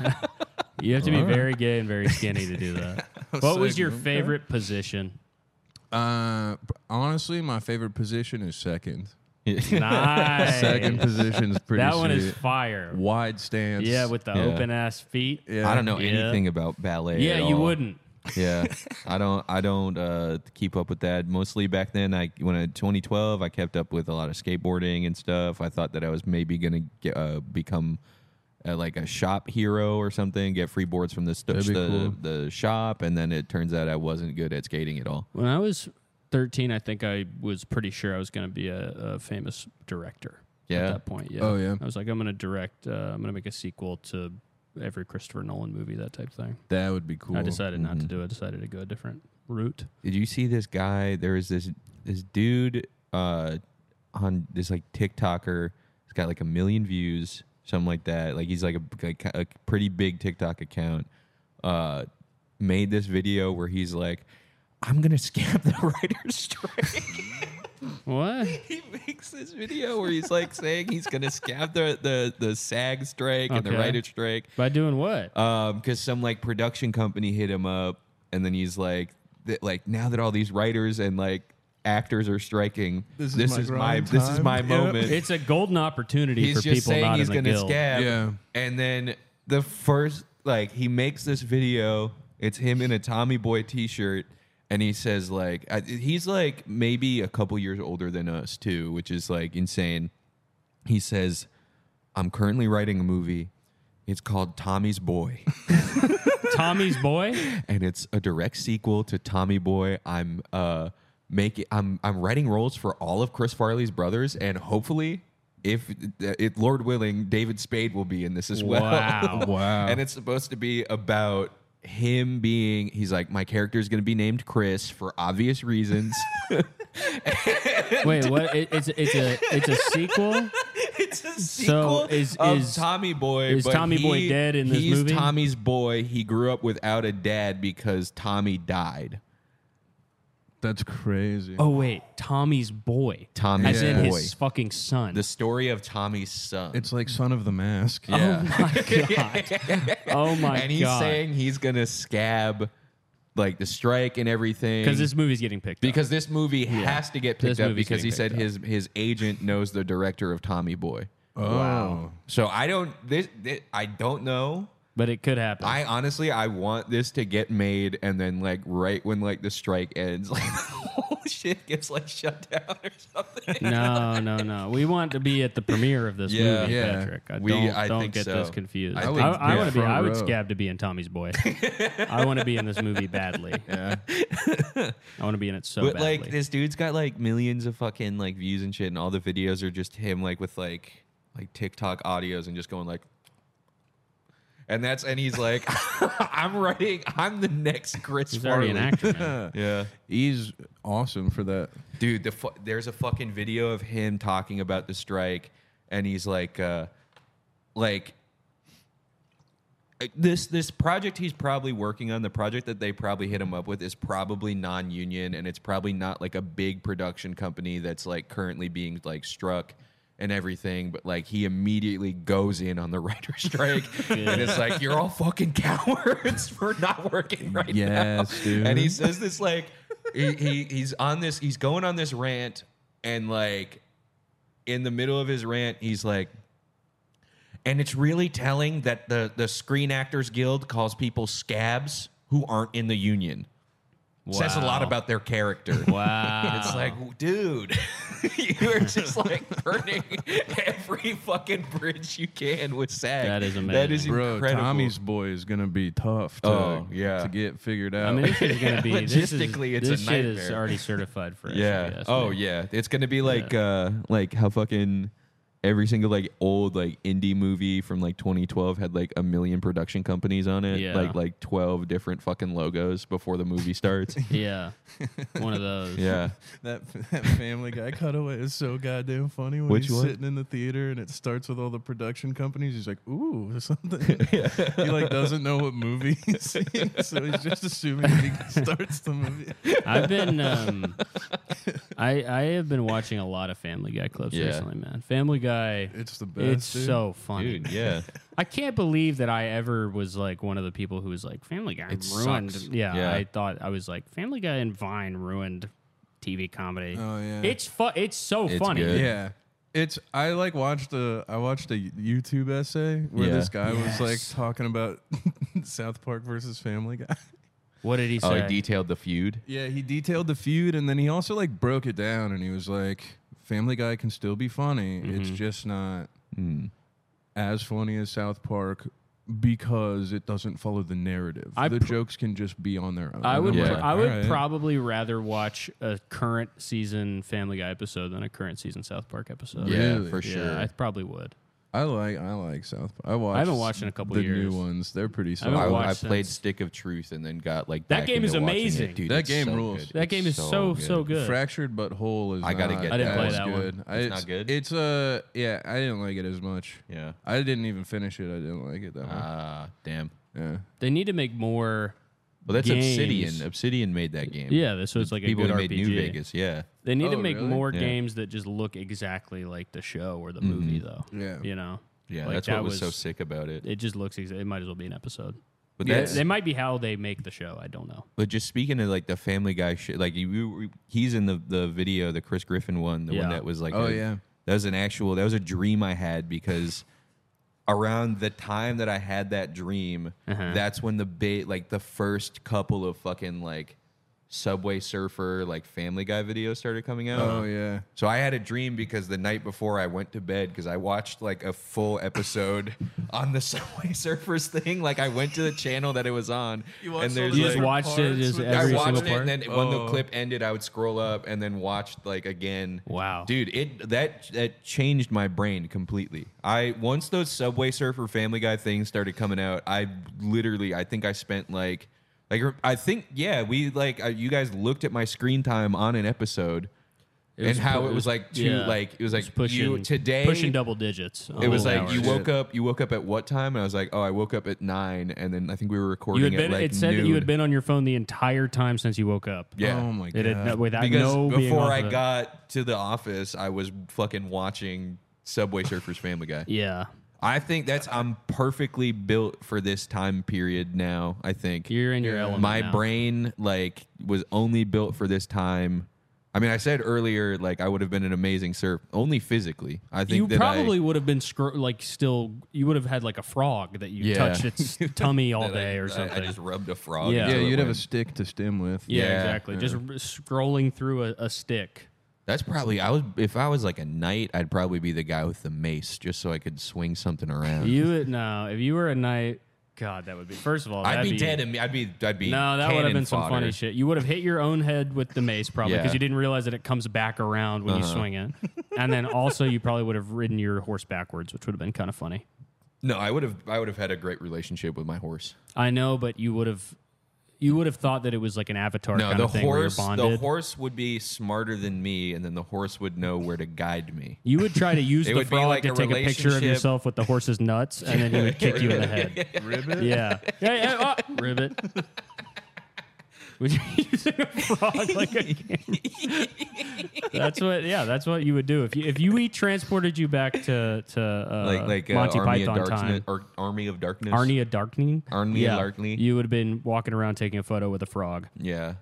You have to be
All right.
very gay and very skinny to do that.
(laughs)
what was
like,
your
okay.
favorite position?
(laughs) uh, honestly, my favorite position is second.
Nice.
Second
(laughs)
position is pretty.
that one is
sweet.
fire.
wide stance.
Yeah, with the
Yeah.
open ass feet. Yeah,
(laughs) I don't know
Yeah.
anything about ballet. at
you
all.
wouldn't.
(laughs)
Yeah, I don't. I don't uh, keep up with that. Mostly back then, I when I 2012, I kept up with a lot of skateboarding and stuff. I thought that I was maybe gonna get, uh, become uh, like a shop hero or something, get free boards from the st-
That'd be
the,
cool.
the shop, and then it turns out I wasn't good at skating at all.
When I was 13, I think I was pretty sure I was going to be a, a famous director.
Yeah.
At that point, yeah.
Oh, yeah.
I was like, I'm going to direct. Uh, I'm going to make a sequel to every Christopher Nolan movie, that type thing.
that would be cool.
I decided not to do it. I decided to go a different route.
Did you see this guy? There was this this dude uh, on this like TikToker. He's got like a million views, something like that. Like he's like a, like a pretty big TikTok account. Uh, made this video where he's like, "I'm gonna scam the (laughs) writer's strike." (laughs)
What?
he makes this video where he's like saying he's gonna scam the the the SAG strike and the
Okay.
writer's strike
By doing what?
um because some like production company hit him up and then he's like th- like now that all these writers and like actors are striking
This
this
is
is,
my
my,
grind
this is
time.
my
Yep.
moment
it's a golden opportunity
he's
for
just
people
saying
not
he's
in the
gonna
guild.
scab
Yeah.
and then the first like he makes this video it's him in a tommy boy t-shirt and he says like I, he's like maybe a couple years older than us too which is like insane he says i'm currently writing a movie it's called tommy's boy
Tommy's boy.
and it's a direct sequel to Tommy Boy. I'm uh making I'm I'm writing roles for all of Chris Farley's brothers, and hopefully, if it Lord willing, David Spade will be in this as (laughs) well.
Wow.
Wow.
(laughs) And it's supposed to be about him being he's like my character is going to be named Chris for obvious
(laughs)
reasons.
Wait, what? It, it's it's a it's a sequel.
(laughs) it's a
So
sequel
is-
of
is-
Tommy Boy.
is
but
Tommy Boy
he-
dead in this
he's
movie?
Tommy's boy. He grew up without a dad because Tommy died.
That's crazy.
Oh wait, Tommy's boy.
Tommy's
as in
boy.
his fucking son.
The story of Tommy's son.
It's like Son of the Mask.
yeah. (laughs)
oh my
and he's
god!
saying he's gonna scab like the strike and everything.
because this movie's getting picked up.
because this movie has to get picked
This
up
movie's
because he said
getting
his his agent knows the director of Tommy Boy.
Oh. Wow.
So I don't this, thi- I don't know.
but it could happen.
I honestly I want this to get made and then like right when like the strike ends (laughs) like the whole shit gets like shut down or something.
no, no, no. We want to be at the premiere of
(laughs)
this
Yeah.
movie,
Yeah.
Patrick. I
We-
don't,
I
don't
think
get
so.
this confused. I,
I would-
I, want to be.
front
I would
row.
scab to be in Tommy's boy. I want to be in this
(laughs)
movie badly. I want to be in it so
But
badly.
like this dude's got like millions of fucking like views and shit, and all the videos are just him like with like like TikTok audios and just going like, and that's and he's like, (laughs) I'm writing, I'm the next Chris
He's
Farley.
already an actor.
(laughs)
man.
Yeah,
He's awesome for that.
dude. The fu- there's a fucking video of him talking about the strike, and he's like, uh like this this project he's probably working on the project that they probably hit him up with is probably non-union and it's probably not like a big production company that's like currently being like struck and everything but like he immediately goes in on the (laughs) writer's strike and it's like you're all fucking (laughs) cowards for not working (laughs) right
Yes,
now
dude.
and he
Mm-hmm.
says this like he, he he's on this he's going on this rant and like in the middle of his rant he's like and it's really telling that the, the Screen Actors Guild calls people scabs who aren't in the union. Says a lot
Wow.
about their character.
(laughs) Wow.
It's like, dude, (laughs) you are just like burning (laughs) every fucking bridge you can with SAG.
That is
That is
amazing.
Bro,
incredible.
Tommy's boy is gonna be tough to,
Oh, yeah.
to get figured out.
I
(laughs)
mean, this is going to be this is-
Logistically, it's a
this shit is
nightmare.
already certified for. us, if you
Yeah.
ask
Oh
me.
yeah. It's gonna be like uh like how fucking every single like old like indie movie from like 2012 had like a million production companies on it.
Yeah.
Like like 12 different fucking logos before the movie
(laughs)
starts.
yeah. One of those.
yeah.
that, that Family Guy cutaway is so goddamn funny when
Which
he's
one?
sitting in the theater and it starts with all the production companies. He's like, "Ooh, (laughs) or something."
(laughs)
he like doesn't know what movie he's (laughs) seeing, so he's just assuming that he starts the movie.
(laughs)
I've been um, I, I have been watching a lot of Family Guy clips
Yeah.
recently, man. Family Guy,
It's the best.
it's
dude.
so funny.
Dude,
(laughs)
yeah.
I can't believe that I ever was like one of the people who was like Family Guy
It
ruined.
sucks.
Yeah,
Yeah.
I thought I was like Family Guy and Vine ruined TV comedy.
Oh, yeah.
it's fu- It's so
It's
funny.
good.
Yeah. It's I like watched a I watched a YouTube essay where
Yeah.
this guy was like
Yes.
talking about (laughs) South Park versus Family Guy. (laughs)
What did he say?
Oh, he detailed the feud.
Yeah, he detailed the feud and then he also like broke it down and he was like Family Guy can still be funny.
Mm-hmm.
It's just not
Mm.
as funny as South Park because it doesn't follow the narrative.
I
the
pr-
jokes can just be on their own.
I would
I'm
Yeah.
like,
I would
"All right."
probably rather watch a current season Family Guy episode than a current season South Park episode.
Yeah, for sure.
Yeah, I probably would.
I like I like South Park. I watched
haven't watched in a couple
the
years.
new ones. They're pretty
haven't
solid.
I, I
watched
played
since.
Stick of Truth and then got like
That
back
game is
into watching
amazing.
It. Dude,
That
it's
game
so
rules.
good.
That
It's
game is so so good.
Fractured but whole is.
I gotta
not-
get I
didn't play
is
that one.
good. I-
It's not good?
It's uh, yeah. I didn't like it as much.
Yeah.
I didn't even finish it. I didn't like it that much.
Ah, damn.
Yeah.
They need to make more.
Well, that's
Games.
Obsidian. Obsidian made that game.
Yeah, this was like a
people
good
who
RPG.
made New Vegas. Yeah.
They need to
Oh,
make
really?
more
Yeah.
games that just look exactly like the show or the movie, though.
Yeah.
you know.
Mm-hmm. Yeah,
Like,
that's
that
what was, so sick about it.
It just looks. Ex- it might as well be
(laughs)
an episode.
But
They-
that's
They might be how they make the show. I don't know.
but just speaking of like the Family Guy shit, like you, you- he's in the the video, the Chris Griffin one, the
Yeah.
one that was like,
Oh,
a-
yeah.
that was an actual, that was a dream I had because around the time that I had that dream,
Uh-huh.
that's when the bait, like the first couple of fucking like Subway Surfer, like Family Guy videos started coming out.
Oh yeah.
So I had a dream because the night before I went to bed because I watched like a full episode (laughs) on the Subway Surfers thing. Like I went to the channel that it was on, and there's
You
like,
just watched it just every
I watched
single
it,
part.
and then when the clip ended, I would scroll up and then watch like again.
Wow.
dude, it that that changed my brain completely. I once those Subway Surfer Family Guy things started coming out, I literally, I think I spent like. Like er, I think, yeah, we like uh, you guys looked at my screen time on an episode, and
was
how
pu-
it was like two,
yeah.
like it was like
pushing
you today
pushing double digits.
It was like you
woke.
woke up. You woke up at what time? And I was like, oh, I woke up at nine, and then I think we were recording.
You had been.
at like
it said that you
noon.
had been on your phone the entire time since you woke up.
Yeah.
Oh my god.
It had, without
because
no being
before
off
I
of it.
got to the office, I was fucking watching Subway Surfers Family Guy.
Yeah,
I think that's I'm perfectly built for this time period now. I think
you're in your element.
my
now.
brain like was only built for this time. I mean, I said earlier like I would have been an amazing surf only physically. I think
You
that I-
probably would have been scr- like still. You would have had like a frog that you
Yeah. (laughs)
touched its tummy all
that I-
day or
I-
something.
I just rubbed a frog.
Yeah.
Yeah,
until it
you'd have a
went.
stick to stem with.
yeah,
yeah,
exactly. Just r- scrolling through a, a stick.
That's probably I was if I was like a knight, I'd probably be the guy with the mace just so I could swing something around.
You would- no. If you were a knight, God, that would be. First of all,
I'd
that'd
be, dead. And I'd be. I'd be.
No, that would have
cannon
been some
fodder.
funny shit. You would have hit your own head with the mace probably because
Yeah. Uh-huh.
you didn't realize that it comes back around when you
(laughs)
swing it. And then also you probably would have ridden your horse backwards, which would have been kind of funny.
No, I would have. I would have had a great relationship with my horse.
I know, but you would have you would have thought that it was like an avatar
No,
kind
the
of thing
horse.
where you're
The
bonded.
horse would be smarter than me, and then the horse would know where to guide me.
you would
(laughs)
try to use
It
the
would be
frog
like
to
a
take a picture of
relationship.
yourself with the horse's nuts, and then he would kick you in the head.
(laughs)
Ribbit? Yeah. yeah, yeah oh, ribbit. (laughs) Would you use a frog like a
(laughs)
That's what yeah, that's what you would do. If you if you we transported you back to to uh,
Like like uh,
Monty
Army
Python
of Darkness.
time.
Or Army of Darkness.
Arnia Darkney.
Arnia Darkney.
You would have been walking around taking a photo with a frog.
Yeah,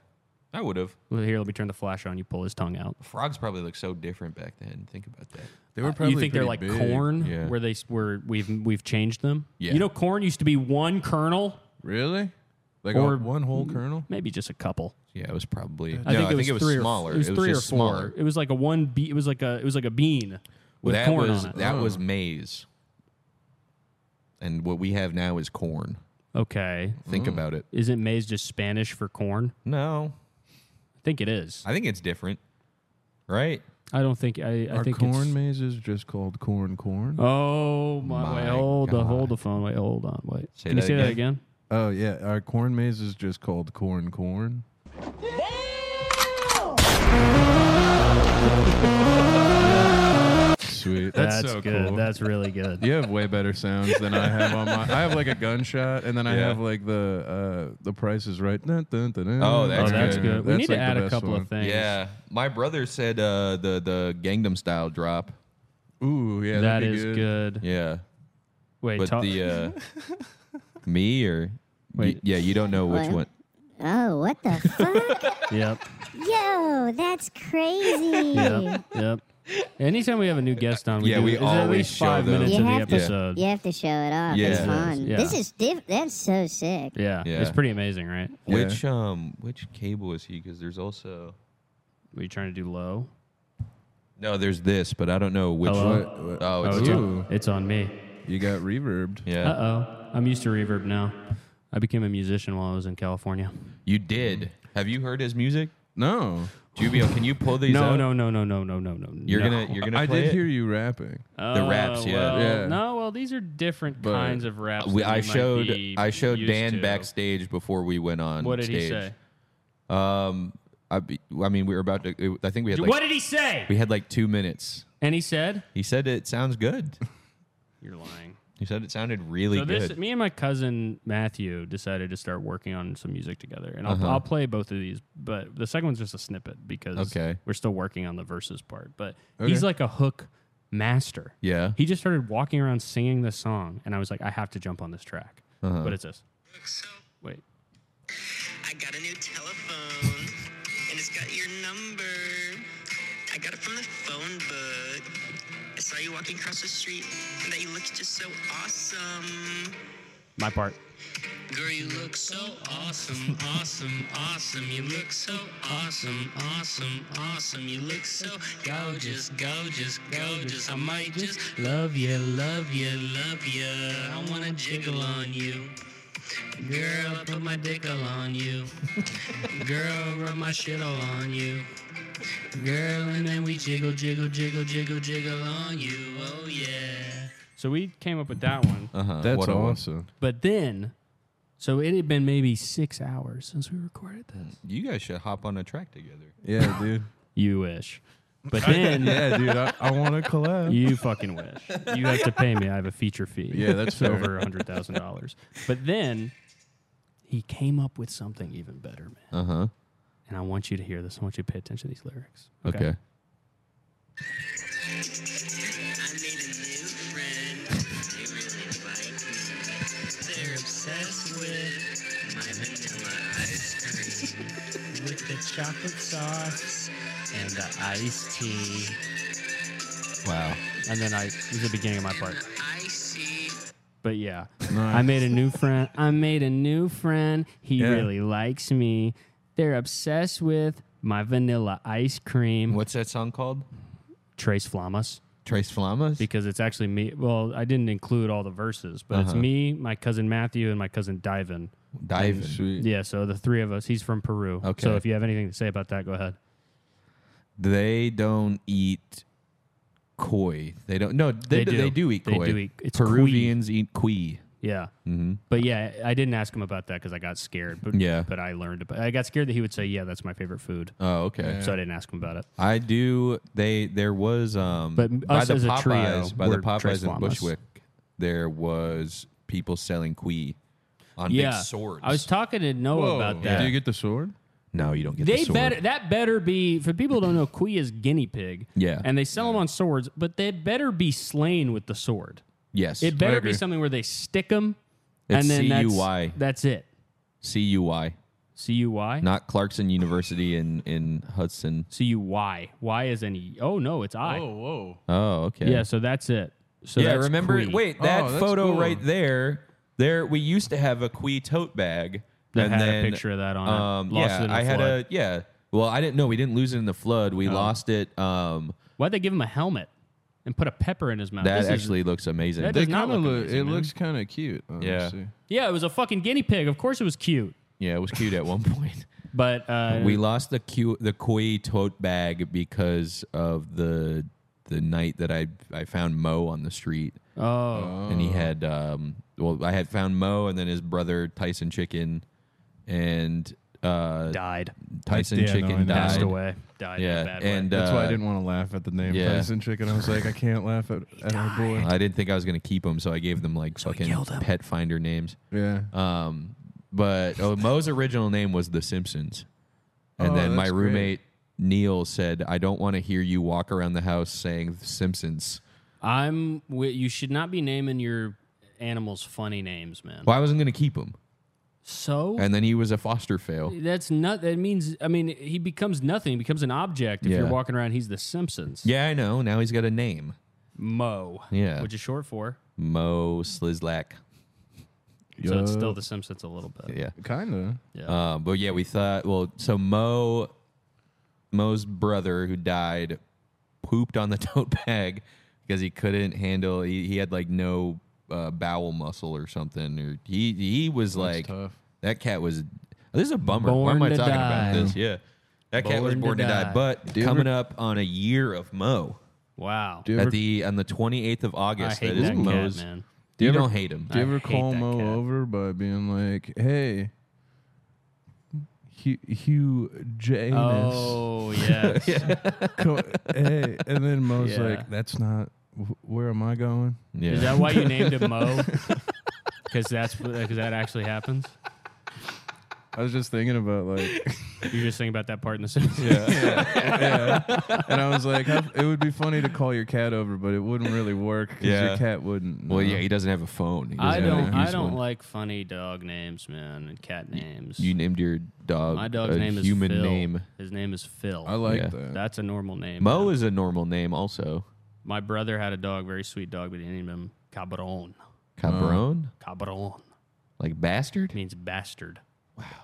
I would have.
Well, Here, let me turn the flash on. You pull his tongue out.
Frogs probably look so different back then. Think about that.
They were
you think they're like
pretty big.
corn,
Yeah.
where they s- where we've we've changed them.
Yeah.
You know, corn used to be one kernel,
Really? Like
Or-
a, one whole kernel?
maybe just a couple.
Yeah, it was probably. no,
I think it was, three or-
smaller.
it was three
just
or four.
smaller.
It was like a one. Be- it was like a it was like a bean with
that
corn
was
on it. Oh.
that was maize, and what we have now is corn.
okay,
Think about it.
isn't maize just Spanish for corn?
No,
I think it is.
I think it's different, right?
I don't think I. I
Are
think
corn
it's,
mazes just called corn corn?
Oh my!
My
wait, hold the
God.
hold the phone. Wait, hold on. Wait,
Say
can you
that
say that
again?
again?
Oh yeah, our corn maze is just called corn corn. Sweet.
That's That's
so
good.
cool.
That's really good.
You have way better sounds than I have on my. I have like a gunshot, and then I
Yeah.
have like the uh, the Price is Right. Dun, dun, dun, dun.
Oh,
oh,
that's
that's
good.
good. We need to
like, the
add a
best
couple
one.
of things.
Yeah, my brother said uh, the the Gangnam Style drop.
Ooh,
that
yeah, that'd be
is
good.
good.
Yeah,
Wait,
but
talk,
the
(laughs)
uh, me or
Wait.
Y- yeah, you don't know which
What?
one.
Oh, what the fuck?
yep,
Yo, that's crazy.
yep, yep. Anytime we have a new guest on, we
Yeah,
do,
we
is at
always
least
show
five
those.
minutes
You
of the
have to-
episode.
You have to show it off.
Yeah.
It's fun.
Yeah.
This is diff- that's so sick.
Yeah.
Yeah.
it's pretty amazing, right?
Yeah.
Which um which cable is he? Because there's also
Were you trying to do low?
no, there's this, but I don't know which.
Hello?
one. Oh,
Oh,
it's
it's
two.
on, it's on me.
You got reverbed.
yeah.
Uh oh, I'm used to reverb now. I became a musician while I was in California.
You did. Have you heard his music,
No,
Jubio? Can you pull these?
No,
out?
no, no, no, no, no, no, no.
You're
no. Oh,
gonna you're gonna.
I
play
did
it?
hear you rapping.
the raps, yeah.
well,
Yeah.
No, well, these are different
But
kinds of raps.
Uh, We,
that
I
you might
showed
be
I showed
used
Dan
to.
backstage before we went on.
What did he
stage.
say?
Um, I, be- I mean, we were about to. I think we had like
what did he say?
we had like two minutes.
And he said,
He said it sounds good.
"You're lying."
He said it sounded really
So
good.
this, me and my cousin Matthew decided to start working on some music together, and I'll,
Uh-huh.
I'll play both of these. But the second one's just a snippet because
Okay.
we're still working on the verses part. But he's like a hook master.
Yeah.
he just started walking around singing this song, and I was like, I have to jump on this track.
Uh-huh.
But it's this.
So
Wait,
I got a new telephone, and it's got your number. I got it from the phone book. I saw you walking across the street, and that you looked just so awesome.
my part.
Girl, you look so awesome, awesome, awesome. You look so awesome, awesome, awesome. You look so gorgeous, gorgeous, gorgeous. I might just love you, love you, love you. I wanna jiggle on you. Girl, put my dick all on you. Girl, rub my shit all on you. Girl, and then we jiggle, jiggle, jiggle, jiggle, jiggle on you. Oh yeah.
So we came up with that one,
uh-huh.
That's
What a-
awesome.
but then, so it had been maybe six hours since we recorded this.
You guys should hop on a track together.
Yeah, dude.
You wish,
(laughs)
but then
yeah, dude. I, I want to collab.
You fucking wish. You have to pay me. I have a feature fee.
Yeah,
It's
that's
over
fair.
a hundred thousand dollars. But then he came up with something even better, man.
Uh huh.
Uh-huh.
And I want you to hear this. I want you to pay attention to these lyrics.
Okay.
I made a new friend. They really like me. They're obsessed with my vanilla ice cream with the chocolate sauce and the iced tea.
Wow.
And then I this is the beginning of my part.
Icy.
But yeah. I made a new friend. I made a new friend. He really likes me. They're obsessed with my vanilla ice cream.
What's that song called?
Trace Flamas.
Trace Flamas.
because it's actually me. Well, I didn't include all the verses, but
Uh-huh.
it's me, my cousin Matthew, and my cousin Divin.
Dive.
Sweet.
Yeah, so the three of us. He's from Peru.
Okay.
So if you have anything to say about that, go ahead.
They don't eat koi. They don't. No, they,
They
do.
do.
They do eat
They
koi.
do eat- it's
Peruvians eat kui.
Yeah. But yeah, I didn't ask him about that because I got scared. But
Mm-hmm. Yeah.
but I learned about. I got scared that he would say, "Yeah, that's my favorite food,"
Oh, okay.
so I didn't ask him about it.
I do. They there was um
But
by
us
the
as a
Popeyes
trio
by the
were Tres
Popeyes in
Llamas.
Bushwick. There was people selling kui on
yeah,
big swords.
I was talking to Noah
Whoa.
about that.
Do you get the sword?
no, you don't get the
They
sword.
better that better be for people who don't know Kui is guinea pig.
Yeah.
and they sell them on swords, but they better be slain with the sword.
yes,
It better be
agree.
something where they stick them,
It's
and then
CUI.
That's, that's it.
CUI,
C U Y.
not Clarkson University in in Hudson.
C U Y. Y is an E. Oh no, it's I.
whoa.
Oh, okay.
yeah. So that's it. So
yeah.
that's
Remember?
Kui.
Wait, that
Oh, that's
photo
cool.
right there. There, we used to have a kui tote bag
That
and
had a
then,
picture of that on it.
Um,
Lost
yeah,
it in a
I had
flood.
a yeah. Well, I didn't know we didn't lose it in the flood. We lost it. Um,
Why'd they give him a helmet and put a pepper in his mouth?
that
This is-
actually looks amazing.
that
They
does not
kind of
look
look.
amazing,
it
man.
looks kind of cute.
Yeah.
Honestly.
yeah, it was a fucking guinea pig. Of course, it was cute,
Yeah, it was cute at
(laughs)
one point.
but uh,
we lost the cu- the koi tote bag because of the the night that I I found Mo on the street
oh
and he had um well I had found Mo and then his brother Tyson Chicken and uh,
died,
Tyson
Yeah, no, I
Chicken
know.
died.
passed away, died in
Yeah,
a bad way.
and
That's
uh,
why I didn't want to laugh at the name
yeah.
Tyson Chicken. I was like, I can't laugh at, at our boy.
I didn't think I was gonna keep them, so I gave them like fucking pet finder names.
Yeah.
Uh,
Um, but oh, Mo's original name was The Simpsons, and
Oh,
then my
that's great.
roommate Neil said, "I don't want to hear you walk around the house saying The Simpsons."
I'm. Wi- you should not be naming your animals funny names, man.
Well, I wasn't gonna keep him,
So
and then he was a foster fail.
that's not. That means. I mean, he becomes nothing. He becomes an object. If you're
Yeah.
walking around, he's the Simpsons.
Yeah, I know. Now he's got a name,
Mo.
Yeah.
Which is short for.
Mo Slizlak.
So it's still the Simpsons a little bit.
Yeah.
Kinda.
Um, but yeah, we thought well, so Mo, Mo's brother who died, pooped on the (laughs) tote bag because he couldn't handle. He, he had like no uh, bowel muscle or something, or he he was like
tough.
that cat was. This is a bummer. Why
Born
am I
to
talking
die.
about this? Yeah, that cat was
Born
born
to
to die.
die.
But coming up on a year of Mo
Wow.
Do you
at
ever,
the on the twenty eighth of
I
August.
hate
that is
that cat,
Mo's.
man.
Do you
Do you
don't
ever-
hate him?
do you
I
ever
hate
call
that
Mo
cat.
over by being like, hey, Hugh, Hugh
(laughs)
Janus?
Oh yes.
Co- hey, and then Mo's
(laughs) Yeah.
like, "That's not. wh- Where am I going?"
yeah.
Is that why you named him
(laughs)
Mo? Because that's because that actually happens.
I was just thinking about like,
You're just thinking about that part
(laughs)
in the Simpsons.
and I was like, how, it would be funny to call your cat over, but it wouldn't really work because
Yeah.
your cat wouldn't.
well,
know.
yeah, he doesn't have a phone. He
I
doesn't have a
don't. I
used
don't
one.
like funny dog names, man, and cat names.
You named your dog.
My dog's
a
name is
human
Phil.
name.
His name is Phil.
I like
Yeah.
that.
That's a normal name.
Mo
man.
is a normal name, also.
My brother had a dog, very sweet dog, but he named him Cabron.
Cabron,
Uh, Cabron
like bastard
means bastard.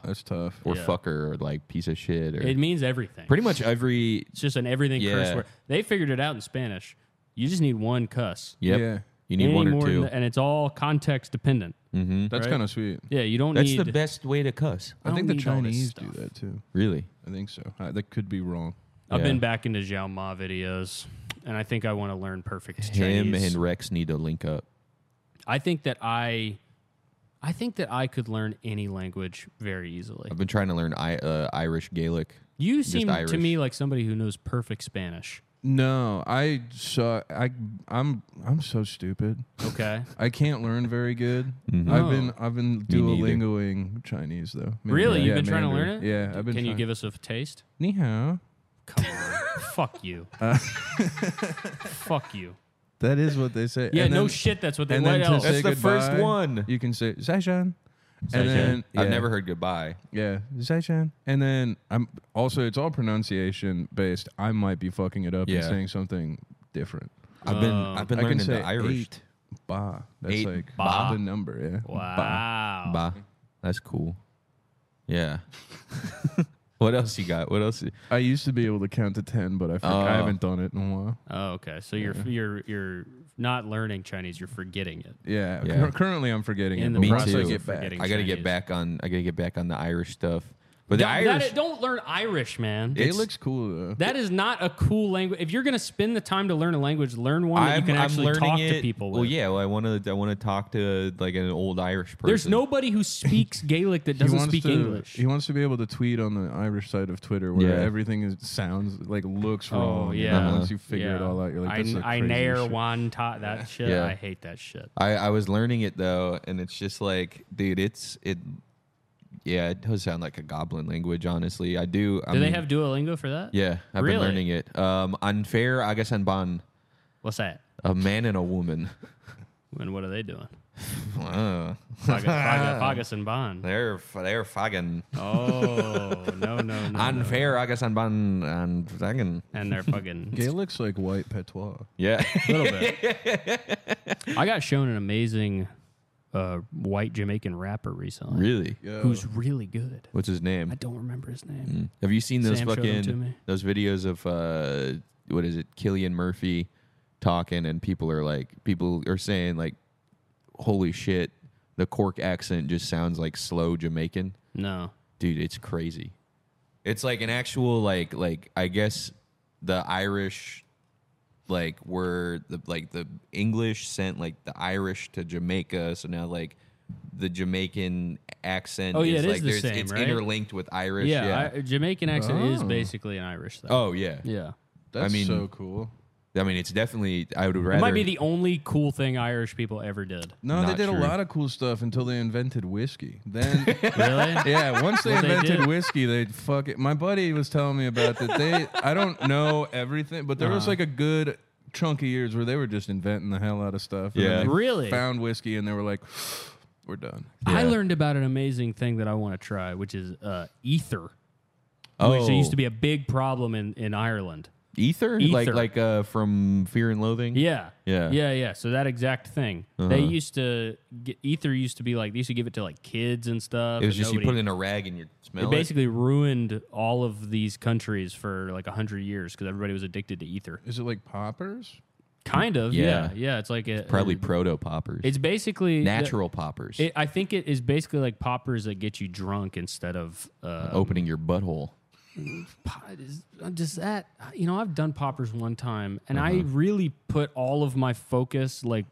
That's tough.
or
Yeah.
fucker or like piece of shit or
It means everything.
pretty much every.
It's just an everything curse
Yeah.
word. They figured it out in Spanish. You just need one cuss.
Yep.
Yeah.
You need
Any
one or
more than
two. Hmm.
that- and it's all context dependent.
That's kind of sweet.
Yeah, you don't
That's
need.
the best way to cuss.
I,
I
think the
don't need all this
Chinese do
stuff.
that too.
Really.
I think so. I, that could be wrong.
I've
Yeah.
been back into Zhao Ma videos, and I think I want to learn perfect
Him
Chinese.
and Rex need to link up.
I think that I, I think that I could learn any language very easily.
I've been trying to learn I, uh, Irish Gaelic.
You
Just
seem
Irish.
to me like somebody who knows perfect Spanish.
No, I saw. I I'm I'm so stupid.
Okay,
I can't learn very good. I've been I've been
Mm-hmm. neither.
duolingoing Chinese though. (laughs) Maybe-
really?
yeah,
You've been trying
Mandarin.
to learn it?
Yeah, I've been.
Can you
trying-
give us a taste?
Ni hao.
Come
(laughs)
on, fuck you,
Uh,
fuck you.
That is what they say.
Yeah,
And
no
then-
shit. That's what they.
and
What
then to
else?
say
That's the first
goodbye,
one.
You can say Zaishan.
Zai
And then
I've
yeah,
never heard goodbye.
Yeah, Zaishan. And then I'm also it's all pronunciation based. I might be fucking it up
Yeah.
and saying something different.
I've been
Um,
I've been
I can
learning
say
the Irish.
eight ba. That's
Eight
like
ba.
the number. Yeah.
Wow.
Bah. That's cool. (laughs) Yeah. what else you got? What else?
I used to be able to count to ten, but I forg-
Oh.
I haven't done it in a while.
Oh, okay. So you're you're you're not learning Chinese. You're forgetting it.
Yeah.
Yeah.
cur- currently, I'm forgetting
In
it.
the
but
Me
once I
too.
get back.
Forgetting
I got to get
Chinese.
back on. I got to get back on the Irish stuff. But the
Don't- that-
Irish.
don't learn Irish, man.
It looks cool though.
That is not a cool language. If you're going to spend the time to learn a language, learn one that you can actually talk to people with.
Well, yeah. Well, I want to. I want to talk to like an old Irish person.
There's nobody who
(laughs)
speaks Gaelic that doesn't speak
to,
English.
He wants to be able to tweet on the Irish side of Twitter where
Yeah.
everything is, sounds like looks
oh
wrong. and
yeah.
then once you figure it all out, you're like,
I,
That's some
I
crazy
ne'er
shit."
one taught that shit.
Yeah.
I hate that shit.
I, I was learning it though, and it's just like, dude, it's it. Yeah, it does sound like a goblin language. Honestly, I do. I
Do they
mean,
have Duolingo for that?
Yeah, I've
Really?
been learning it. Um, unfair Agasanban,
What's that?
a man and a woman. (laughs)
And what are they
(laughs)
doing?
Uh,
Faga, Faga, Fagas and
(laughs)
(laughs)
Bond.
they're they're fucking
Oh no no no. no.
unfair Agasanban and fucking
And they're
(laughs)
fucking
Gaelic's like white patois.
yeah. (laughs)
little bit. I got shown an amazing uh, white Jamaican rapper recently,
really?
who's really good.
What's his name?
I don't remember his
Mm.
name.
Have you seen those
Sam showed them to
fucking
me.
those videos of uh what is it, Killian Murphy talking and people are like people are saying like holy shit, the cork accent just sounds like slow Jamaican.
No,
Dude, it's crazy. It's like an actual like like I guess the Irish like were the like the English sent like the Irish to Jamaica, so now like the Jamaican accent.
Oh, yeah,
is
it is
like
the
there's,
same,
It's
right?
interlinked with Irish.
yeah,
Yeah.
I, Jamaican accent is
Oh.
basically an Irish thing.
oh yeah.
yeah.
That's
mean-
so cool.
I mean, it's definitely. I would rather.
It might be the only cool thing Irish people ever did.
No, they
Not
did
true.
a lot of cool stuff until they invented whiskey. Then,
(laughs) Really?
yeah, once they
Well, they
invented
did.
whiskey, they fuck it. My buddy was telling me about that. They, I don't know everything, but there
Uh-huh.
was like a good chunk of years where they were just inventing the hell out of stuff. and then
Yeah.
they
Really?
Found whiskey and they were like, we're done.
I
Yeah.
learned about an amazing thing that I want to try, which is uh, ether,
oh,
which used to be a big problem in, in Ireland.
ether, like
Ether.
like uh, from Fear and Loathing.
Yeah.
Yeah. Uh-huh.
Yeah, yeah. So that exact thing. They used to, get, ether used to be like, they used to give it to like kids and stuff.
It was
and
just you put it
nobody-
in a rag and you smell
It basically ruined all of these countries for like 100 years because everybody was addicted to ether.
Is it like poppers?
Kind of. Yeah.
Yeah.
Yeah. it's like a,
Probably proto poppers.
It's basically the-
natural poppers.
it, I think it is basically like poppers that get you drunk instead of uh,
opening your butthole.
pot is uh, does that you know i've done poppers one time and
Uh-huh.
i really put all of my focus like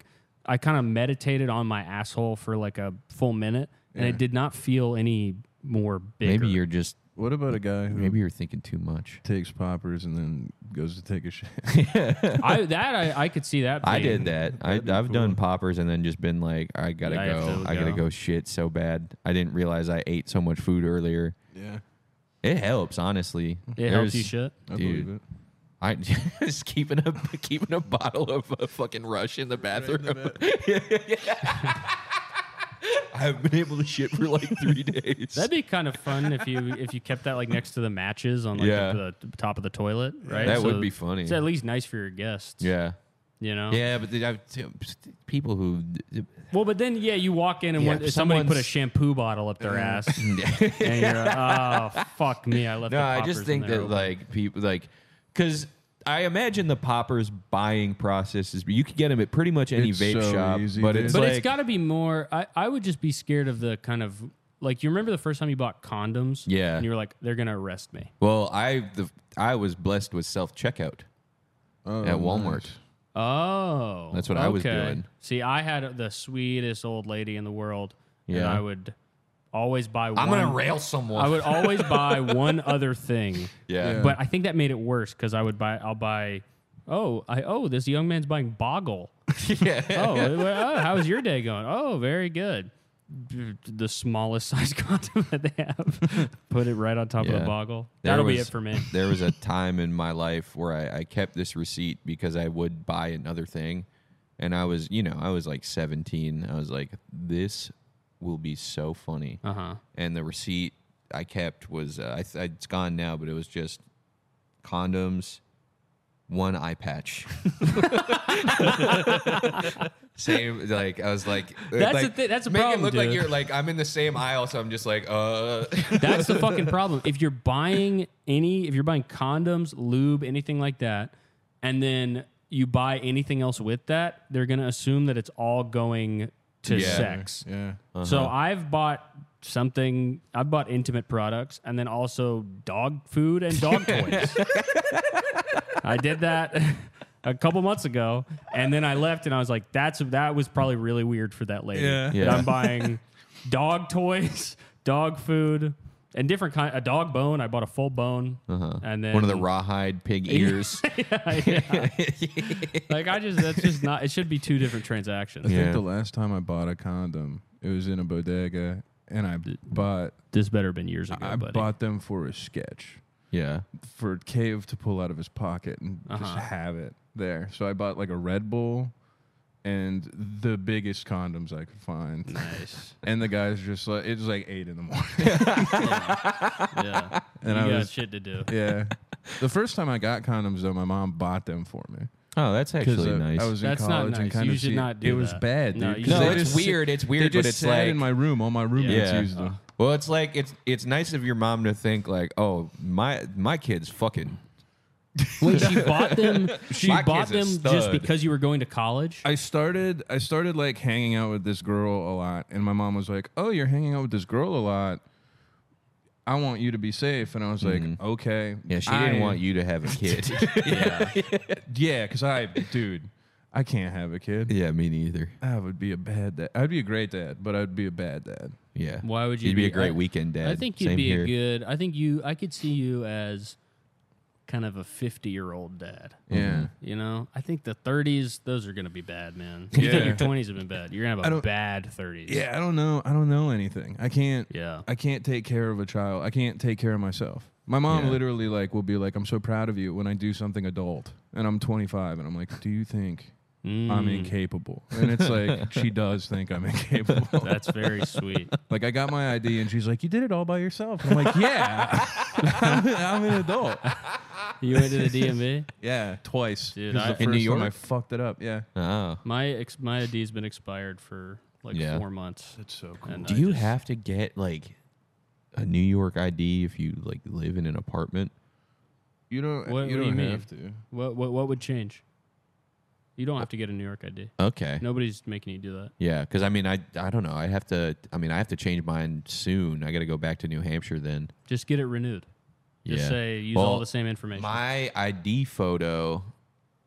i kind of meditated on my asshole for like a full minute and it did not feel any more bigger.
Maybe you're just.
What about a guy who
Maybe you're thinking too much.
takes poppers and then goes to take a shit? (laughs)
I, that I, I could see that
(laughs) I
being-
did that. I, I've done poppers and then just been like, I gotta
I have
go.
to
I gotta
go.
go shit so bad. I didn't realize I ate so much food earlier.
yeah,
It helps, honestly.
it helps you
There's-
shit
I
Dude.
believe it.
I (laughs) just keeping a keeping a bottle of uh, fucking Rush in the bathroom. (laughs) I haven't been able to shit for like three days.
that'd be kind of fun if you if you kept that like next to the matches on like
Yeah.
the, the top of the toilet right
That would be funny.
it's at least nice for your guests
yeah,
you know
yeah, but the- I, people who
Well, but then yeah, you walk in and
Yeah,
one,
if
somebody put a
someone's-
shampoo bottle up
(laughs)
their ass, and you're like, oh fuck me, I left.
No,
the
I
poppers
just
in
think
there
that
open."
like people like because I imagine the poppers buying process is you could get them at pretty much any
It's
vape
so
shop,
easy,
but
dude.
it's
but
like
it's got to be more. I, I would just be scared of the kind of like you remember the first time you bought condoms,
Yeah.
and you were like, they're gonna arrest me.
well, I the I was blessed with self checkout
Oh,
at Walmart.
nice.
Oh,
That's what I was
okay.
doing.
See, I had the sweetest old lady in the world, and
Yeah.
I would always buy.
I'm
one,
gonna rail someone.
I would always buy one other thing.
yeah.
Yeah.
But I think that made it worse because I would buy. I'll buy. Oh, I oh this young man's buying
(laughs)
Boggle. oh, well, oh, how's your day going? Oh, very good. The smallest (laughs) size condom that they have. (laughs) Put it right on top of
Yeah.
the Boggle.
There
That'll be
was-
it for me.
(laughs) there was
(laughs)
a time in my life where I, I kept this receipt because I would buy another thing. And I was, you know, I was like 17. I was like, this will be so funny.
Uh huh.
And the receipt I kept was, uh, I th- it's gone now, but it was just condoms, one eye
(laughs)
patch. same, like, I was like,
That's
like,
the thi- that's the
make
problem,
it look like
dude.
you're like, I'm in the same aisle, so I'm just like, uh, (laughs)
That's the fucking problem. If you're buying any, if you're buying condoms, lube, anything like that, and then you buy anything else with that, they're gonna assume that it's all going to
Yeah.
sex.
Yeah,
So
Uh-huh.
I've bought something. I've bought intimate products and then also dog food and
(laughs)
dog toys. I did that (laughs) a couple months ago, and then I left and I was like, "That's that was probably really weird for that lady."
Yeah.
That
Yeah.
I'm
(laughs)
buying dog toys, dog food, and different kind. A dog bone. I bought a full bone,
Uh-huh.
and then
Uh, one of the rawhide
(laughs)
pig ears.
Like I just that's just not. It should be two different transactions.
I
Yeah.
think the last time I bought a condom, it was in a bodega, and I bought
This better have been years ago,
I
buddy.
bought them for a sketch
yeah.
for Cave to pull out of his pocket and
Uh-huh.
just have it there. So I bought like a Red Bull and the biggest condoms I could find. Nice. (laughs) and the guys just like it was like eight in the
(laughs)
morning. (laughs)
yeah,
And
you
I
got
was
shit to do.
(laughs) yeah. The first time I got condoms though, my mom bought them for me
Oh,
(laughs)
that's
because
actually nice.
I was in
That's not
college and
nice.
kind
You
of
should
see-
not do
it was
that.
bad, dude.
No, you
'cause
should
they
no, it's
just sit-
weird. It's
They
weird,
just
but it's
sat
like
in my room. All my roommates
yeah.
used them.
Well, it's like it's it's nice of your mom to think like, oh, my my kid's fucking. (laughs)
Wait, she bought them. She
My
bought them
kid's a
just
stud.
because you were going to college.
I started I started like hanging out with this girl a lot and my mom was like, "Oh, you're hanging out with this girl a lot. I want you to be safe." And I was like, "Okay."
Yeah, she
(laughs)
I-
didn't want you to have a kid.
Yeah, cuz I dude, I can't have a (laughs) kid.
(laughs) Yeah, me neither.
I would be a bad dad. I'd be a great dad, but I'd be a bad dad.
Yeah.
Why would you
You'd be,
be-
a great
I-
weekend dad.
I think you'd
Same
be
here.
a good. I think you. I could see you as kind of a fifty-year-old dad.
Yeah.
You know, I think the thirties; those are going to be bad, man. You think your
Yeah.
twenties have been bad? You're gonna
I
have a
don't-
bad thirties.
Yeah, I don't know. I don't know anything. I can't.
Yeah.
I can't take care of a child. I can't take care of myself. My mom literally like will be like, "I'm so proud of you" when I do something adult, and I'm 25, and I'm like, "Do you think I'm
Mm.
incapable?" And
(laughs)
it's like she does think I'm incapable. (laughs)
that's very (laughs) sweet.
like I got my ID, and she's like, "You did it all by yourself." And I'm like, "Yeah, (laughs) I'm, I'm an adult."
You went to the DMV.
Yeah, twice.
Dude,
This is
I-
the
In New
first time
York?
I fucked it up. Yeah,
Oh.
My ex, my ID's been expired for like
Yeah.
four months.
that's so cool.
And
Do
I
you
just-
have to get like a New York ID if you like live in an apartment?
You
What-
don't. you
what do
don't
you
have to.
What what what would change? You don't have to get a New York ID.
Okay.
Nobody's making you do that.
Yeah, because I mean, I I don't know. I have to. I mean, I have to change mine soon. I got to go back to New Hampshire then.
Just get it renewed. Just
Yeah.
say use
Well,
all the same information.
My ID photo.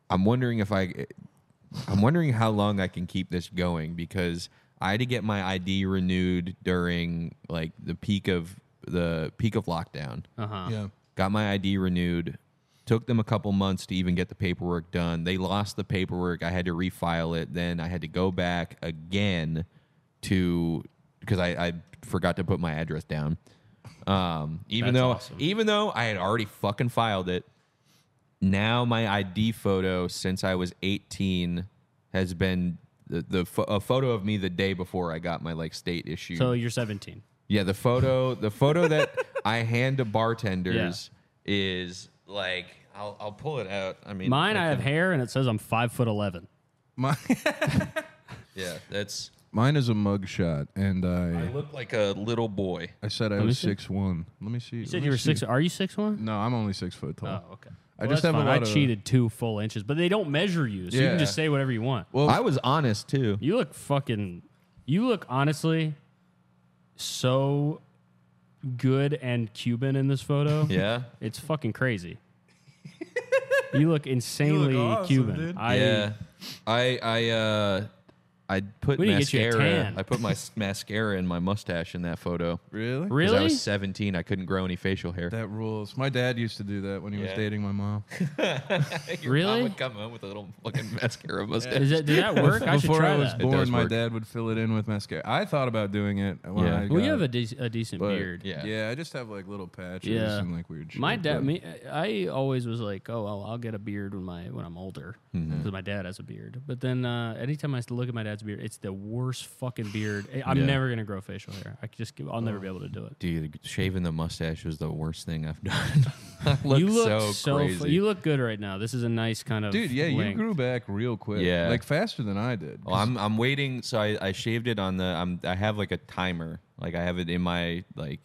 I'm wondering if I. I'm wondering how long I can keep this going because I had to get my ID renewed during like the peak of the peak of lockdown.
uh huh.
Yeah. (laughs)
Got my ID renewed. Took them a couple months to even get the paperwork done. They lost the paperwork. I had to refile it. Then I had to go back again to because I, I forgot to put my address down. Um, even
That's
though
awesome.
even though I had already fucking filed it, now my ID photo since I was 18 has been the, the pho- a photo of me the day before I got my like state issue.
So you're 17.
Yeah, the photo the photo that
(laughs)
I hand to bartenders is like I'll I'll pull it out. I mean
Mine, I have
can-
hair, and it says I'm five foot eleven.
My,
Yeah, that's
mine is a mugshot, and
I
I
look like a little boy.
I said I
me
was
see.
six one. Let me see.
You said you were six. Are you six one?
No, I'm only six foot tall.
Oh, okay.
I
Well,
just
that's
have a
fine.
lot
I
of-
cheated two full inches, but they don't measure you, so you
Yeah.
can just say whatever you want.
Well-
I was honest too.
You look fucking. You look honestly so good and Cuban in this
(laughs)
photo.
Yeah.
it's fucking crazy. (laughs) you look insanely
awesome,
Cuban.
dude.
I,
yeah. I I uh I put
We need to get you a
mascara.
tan.
I put my s- mascara in my mustache in that photo.
Really?
'Cause I
Really?
was 17. I couldn't grow any facial hair.
That rules. My dad used to do that when he was
Yeah.
dating
(laughs)
my mom.
Your
Really?
Mom would come home with a little fucking
(laughs)
mascara mustache.
Is that, did that
(laughs)
work? I should
Before
try
I was
that.
It does
born, my
work.
dad would fill it in with mascara. I thought about doing it when
Yeah.
I
Well,
got
you have a,
it,
de- a decent
but-
beard.
Yeah.
Yeah, I just have like little patches
Yeah.
and like weird shit.
My dad,
but-
me, I always was like, oh, well, I'll get a beard when my when I'm older, because
Mm-hmm.
my dad has a beard. But then uh, anytime I look at my dad's beard, it's the worst fucking beard. I- I'm
Yeah.
never gonna grow facial hair. I just, I'll never be able to do it.
Dude, shaving the mustache was the worst thing I've done. (laughs) I look,
you look
so,
so, fu-
crazy.
you look good right now. This is a nice kind of
Dude, yeah, you
length.
grew back real quick.
Yeah.
Like faster than I did.
Well, I'm I'm waiting. So I, I shaved it on the. I'm I have like a timer. Like I have it in my like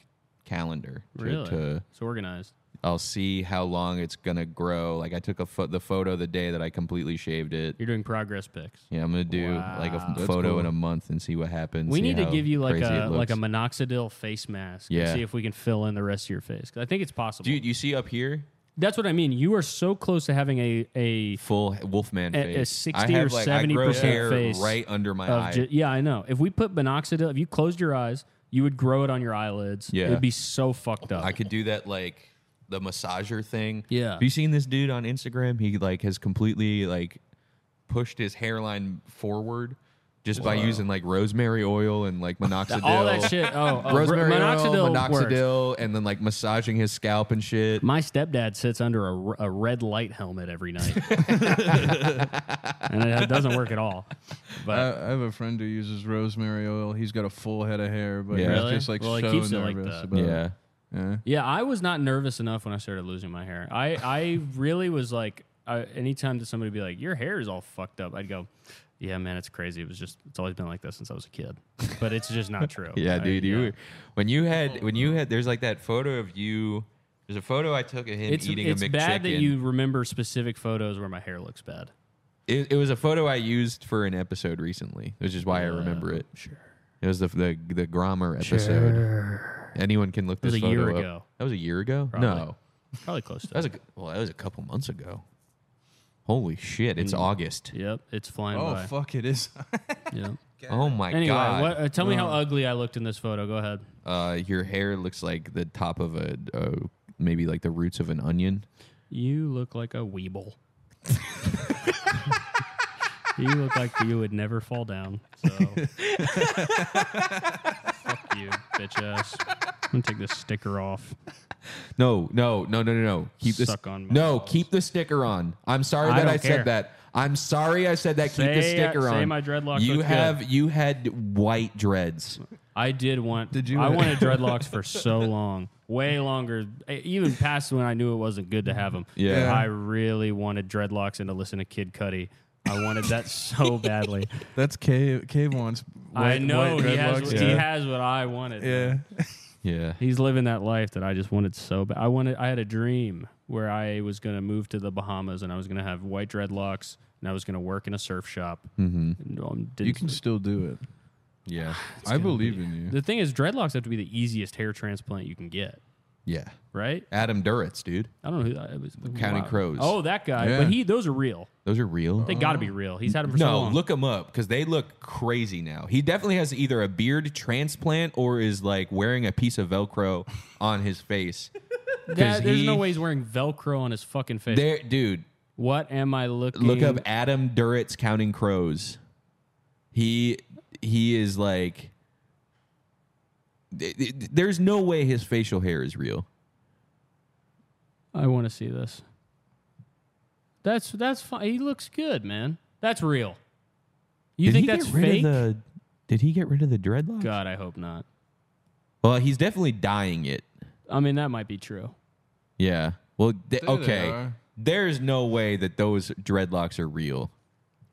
calendar. To,
really.
to-
it's organized.
I'll see how long it's gonna grow. Like I took a fo- the photo the day that I completely shaved it.
You're doing progress pics.
Yeah, I'm gonna do like a f-
That's
photo
cool.
in a month and see what happens.
We
see
need to
how
give you like
crazy
a
it
like a
looks.
minoxidil face mask.
Yeah.
And see if we can fill in the rest of your face. 'Cause I think it's possible.
dude. You see up here,
That's what I mean. You are so close to having a a
full Wolfman
A- a
face.
60
I
or
have, like, I grow
70%
hair
face
right under my
of
eye.
ju- yeah, I know. If we put minoxidil, if you closed your eyes, you would grow it on your eyelids.
Yeah.
it'd be so fucked up.
I could do that like the massager thing.
Yeah.
Have you seen this dude on Instagram? He like has completely like pushed his hairline forward just by using like rosemary oil and like minoxidil.
(laughs) All that shit. Oh,
(laughs)
oh,
Rosemary
minoxidil.
oil,
works.
minoxidil, and then like massaging his scalp and shit.
My stepdad sits under a, r- a red light helmet every
(laughs)
night, (laughs) and it doesn't work at all. But
I, I have a friend who uses rosemary oil. He's got a full head of hair, but
Yeah.
he's
Really?
just like
Well, he
so
keeps it like
nervous
that.
about it. Yeah.
Yeah, I was not nervous enough when I started losing my hair. I, I really was like, I, anytime that somebody would be like, your hair is all fucked up, I'd go, yeah, man, it's crazy. It was just, it's always been like this since I was a kid. But it's just not true.
(laughs) Yeah,
I-
dude. You
yeah.
were- when you had when you had there's like that photo of you. There's a photo I took of him
It's,
eating
it's
a McChicken.
bad that you remember specific photos where my hair looks bad.
It, it was a photo I used for an episode recently, which is why I remember it. Sure. It was the the the Grommer episode. Anyone can look
was
this
a year
photo up.
ago.
That was a year ago.
Probably.
No,
Probably close to
that was
it.
a well, that was a couple months ago. Holy shit! It's August.
Yep, it's flying
Oh
by.
fuck! It is. (laughs)
Yep.
Oh my
Anyway,
god!
what, uh, tell me how ugly I looked in this photo. Go ahead.
Uh, your hair looks like the top of a uh, maybe like the roots of an onion.
You look like
(laughs)
a weeble. you look like you would never fall down. So fuck you, bitch ass. I'm gonna take this sticker off.
No, no, no, no, no, no. Keep this.
Suck on my
no,
balls.
keep the sticker on. I'm sorry
I
that
don't
I
care.
said that. I'm sorry I said that. keep the
Say- uh,
sticker
say
on.
my dreadlocks
You
look good.
have you had white dreads.
I did want. Did
you-
I
(laughs)
wanted dreadlocks for so long, way longer, e- even past when I knew it wasn't good to have them.
Yeah.
I really wanted dreadlocks and to listen to Kid Cudi. I wanted that so badly.
That's cave. Cave wants.
I know he has.
dreadlocks.
He has what I wanted.
Yeah.
Yeah.
He's living that life that I just wanted so bad. I wanted. I had a dream where I was going to move to the Bahamas and I was going to have white dreadlocks and I was going to work in a surf shop. Mm-hmm.
You can still do it.
Yeah.
I believe in you.
The thing is, dreadlocks have to be the easiest hair transplant you can get,
Yeah.
right?
Adam Duritz, dude.
I don't know who that it was.
County Crows.
Oh, that guy.
Yeah.
But he, those are real.
Those are real.
They got to be real. He's had them for so
no,
long.
look him up because they look crazy now. He definitely has either a beard transplant or is like wearing a piece of Velcro on his face.
(laughs) Yeah,
'cause
there's no
he-
way he's wearing Velcro on his fucking face.
There, dude.
what am I looking?
Look up Adam Duritz counting crows. He he is like. th- th- There's no way his facial hair is real.
I want to see this. That's that's fine. He looks good, man. That's real. You think that's fake?
the? Did he get rid of the dreadlocks?
God, I hope not.
Well, he's definitely dying it.
I mean, that might be true.
Yeah. Well, th-
There they
okay.
are.
There's no way that those dreadlocks are real.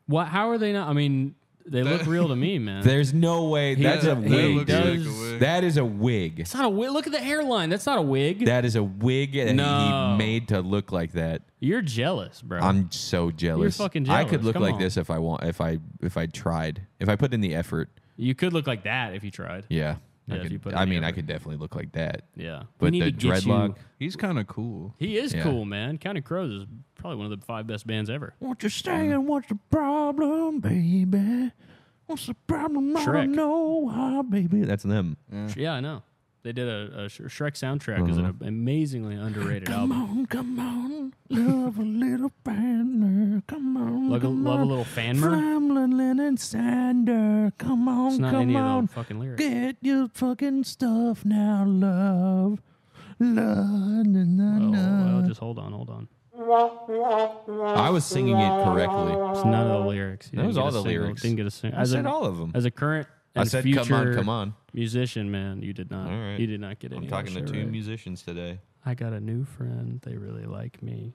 What? How are they not? I mean, they look real
(laughs)
to me, man.
There's no way. That's a
he
wig.
does-
dude. That is a wig.
It's not a wig. Look at the hairline. That's not a wig.
That is a wig that
No.
he made to look like that.
You're jealous, bro.
I'm so jealous.
fucking
I could
jealous.
look
Come
like
on.
this if I want. If I if I tried. If I put in the effort.
you could look like that if you tried.
Yeah.
Yeah,
I,
if
could-
you put in
I
the
mean, I
effort.
could definitely look like that.
Yeah. We
But
need
the
to get you-
dreadlock.
He's kind of cool.
He is
Yeah.
cool, man. County Crows is probably one of the five best bands ever.
What you
Mm.
saying? What's the problem, baby? What's the problem?
don't Shrek.
know how, baby. That's them.
Yeah, I know. They did a, a Sh- Shrek soundtrack is
Uh-huh.
an amazingly underrated album.
on, come on, love a little banner. Come on,
Love, a- love a little fanmer.
Flamlin and Sander. Come on,
It's not any of the fucking lyrics.
Get your fucking stuff now, love. Love,
Oh, well, just hold on, hold on.
I was singing it correctly.
It's none of the lyrics. You
That
didn't
was
get
all
a
the
single-
lyrics.
Didn't get a single.
I said all of them.
As a current
I
and
said, "Come on,
future
come on."
musician, man, you did not.
All right.
You did not get any.
I'm
of that
talking to
shit
two
right.
musicians today.
I got a new friend. They really like
(laughs)
me.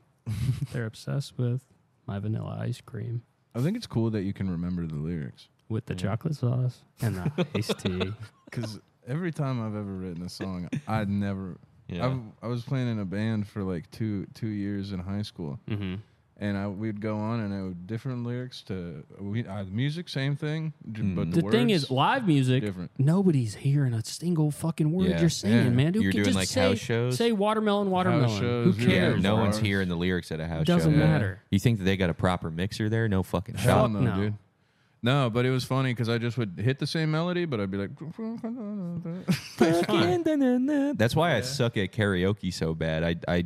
They're obsessed with my vanilla ice cream.
I think it's cool that you can remember the lyrics
with the chocolate sauce and the
(laughs)
iced tea.
because every time I've ever written a song, I'd never.
Yeah.
I've, I was playing in a band for like two two years in high school,
Mm-hmm.
and I we'd go on and I would different lyrics to we uh, music same thing, j- but the,
The thing is,
words-
live music,
different.
nobody's hearing a single fucking word
Yeah.
you're saying,
Yeah.
man. Who
You're
can
doing,
just
like,
say,
house shows?
Say watermelon, watermelon.
shows,
Who
yeah.
cares?
Yeah, no one's
Bars.
hearing the lyrics at a house
Doesn't
show.
matter.
You think that they got a proper mixer there? No fucking
Hell
shot.
no,
no.
dude. No, but it was funny because I just would hit the same melody, but I'd be like,
That's why I suck at karaoke so bad. I I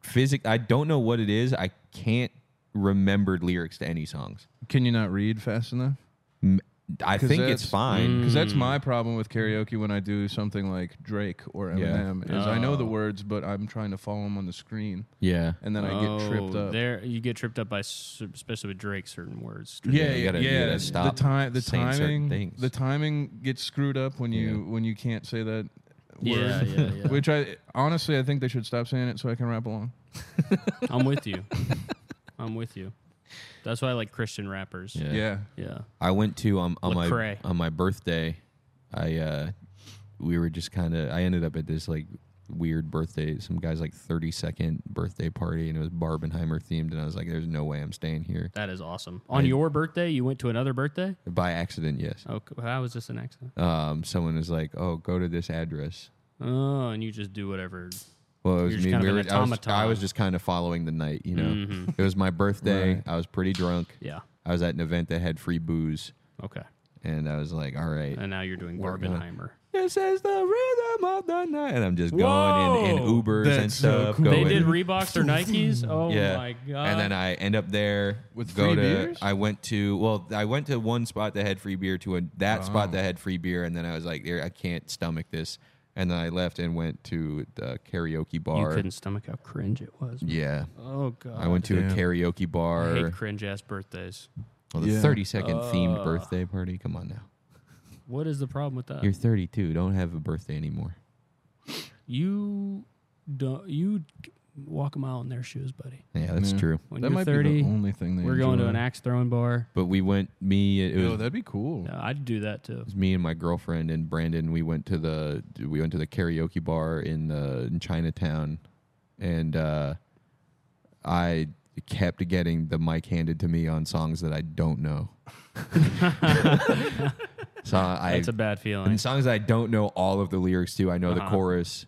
physic I don't know what it is. I can't remember lyrics to any songs.
"Can you not read fast enough?"
M- I
'Cause
think it's
that's-
fine.
Mm.
Because that's my problem with karaoke when I do something like Drake or Eminem is I know
Oh.
the words, but I'm trying to follow them on the screen,
Yeah.
and then I
Oh,
get tripped up.
Oh, There, you get tripped up by, s- especially with Drake, certain words.
Yeah, you gotta- you gotta stop
The time, the
saying certain
timing,
things.
the timing gets screwed up when you when you can't say that.
Yeah,
word.
yeah, yeah.
(laughs) Which I honestly I think they should stop saying it so I can rap along.
I'm
(laughs)
with you. I'm with you. That's why I like Christian rappers.
Yeah.
Yeah,
Yeah.
I went to um, on my
Lecrae.
on my birthday. I uh, we were just kind of. I ended up at this like weird birthday, some guy's like thirty second birthday party, and it was Barbenheimer themed. And I was like, "There's no way I'm staying here."
That is awesome. On your birthday, you went to another birthday?
By accident, yes.
Oh, c- how was this an accident?
Um, someone was like, "Oh, go to this address."
Oh, and you just do whatever.
Well, it was
You're just
me.
kind
we
of
were, I,
an
was, I
automaton. Mm-hmm.
was just kind of following the night, you know. It was my birthday. I was pretty drunk.
Yeah.
I was at an event that had free booze,
Okay.
and I was like, "All right,
And now you're doing
We're gonna-
Barbenheimer.
this is the rhythm of the night," and I'm just going in, in
Whoa!
Ubers and
That's so
stuff.
cool.
They
going- (laughs)
did Reeboks or Nikes. Oh my god.
And then I end up there.
With
go
free
to,
beers?
I went to well, I went to one spot that had free beer, to a, that spot that had free beer, and then I was like, "There, I can't stomach this." And then I left and went to the karaoke
you
bar.
couldn't stomach how cringe it was.
Yeah,
Oh god.
I went to a
damn.
karaoke
I
bar.
hate cringe ass birthdays.
Well, the
Yeah.
30 second themed birthday party. Come on now,
What is the problem with that?
you're 32. Don't have a birthday anymore.
You don't. You walk a mile in their shoes, buddy.
Yeah, that's
Yeah.
true.
When
that
you're
might
30,
be the only thing they
we're going to
enjoy.
an axe throwing bar.
But we went. Me, it was
Yo, that'd be cool.
No, I'd do that too.
was me and my girlfriend and Brandon. We went to the we went to the karaoke bar in uh, in Chinatown, and uh, I kept getting the mic handed to me on songs that I don't
(laughs)
know. so I
That's a bad feeling.
and songs I don't know all of the lyrics to. I know the
Uh-huh.
chorus.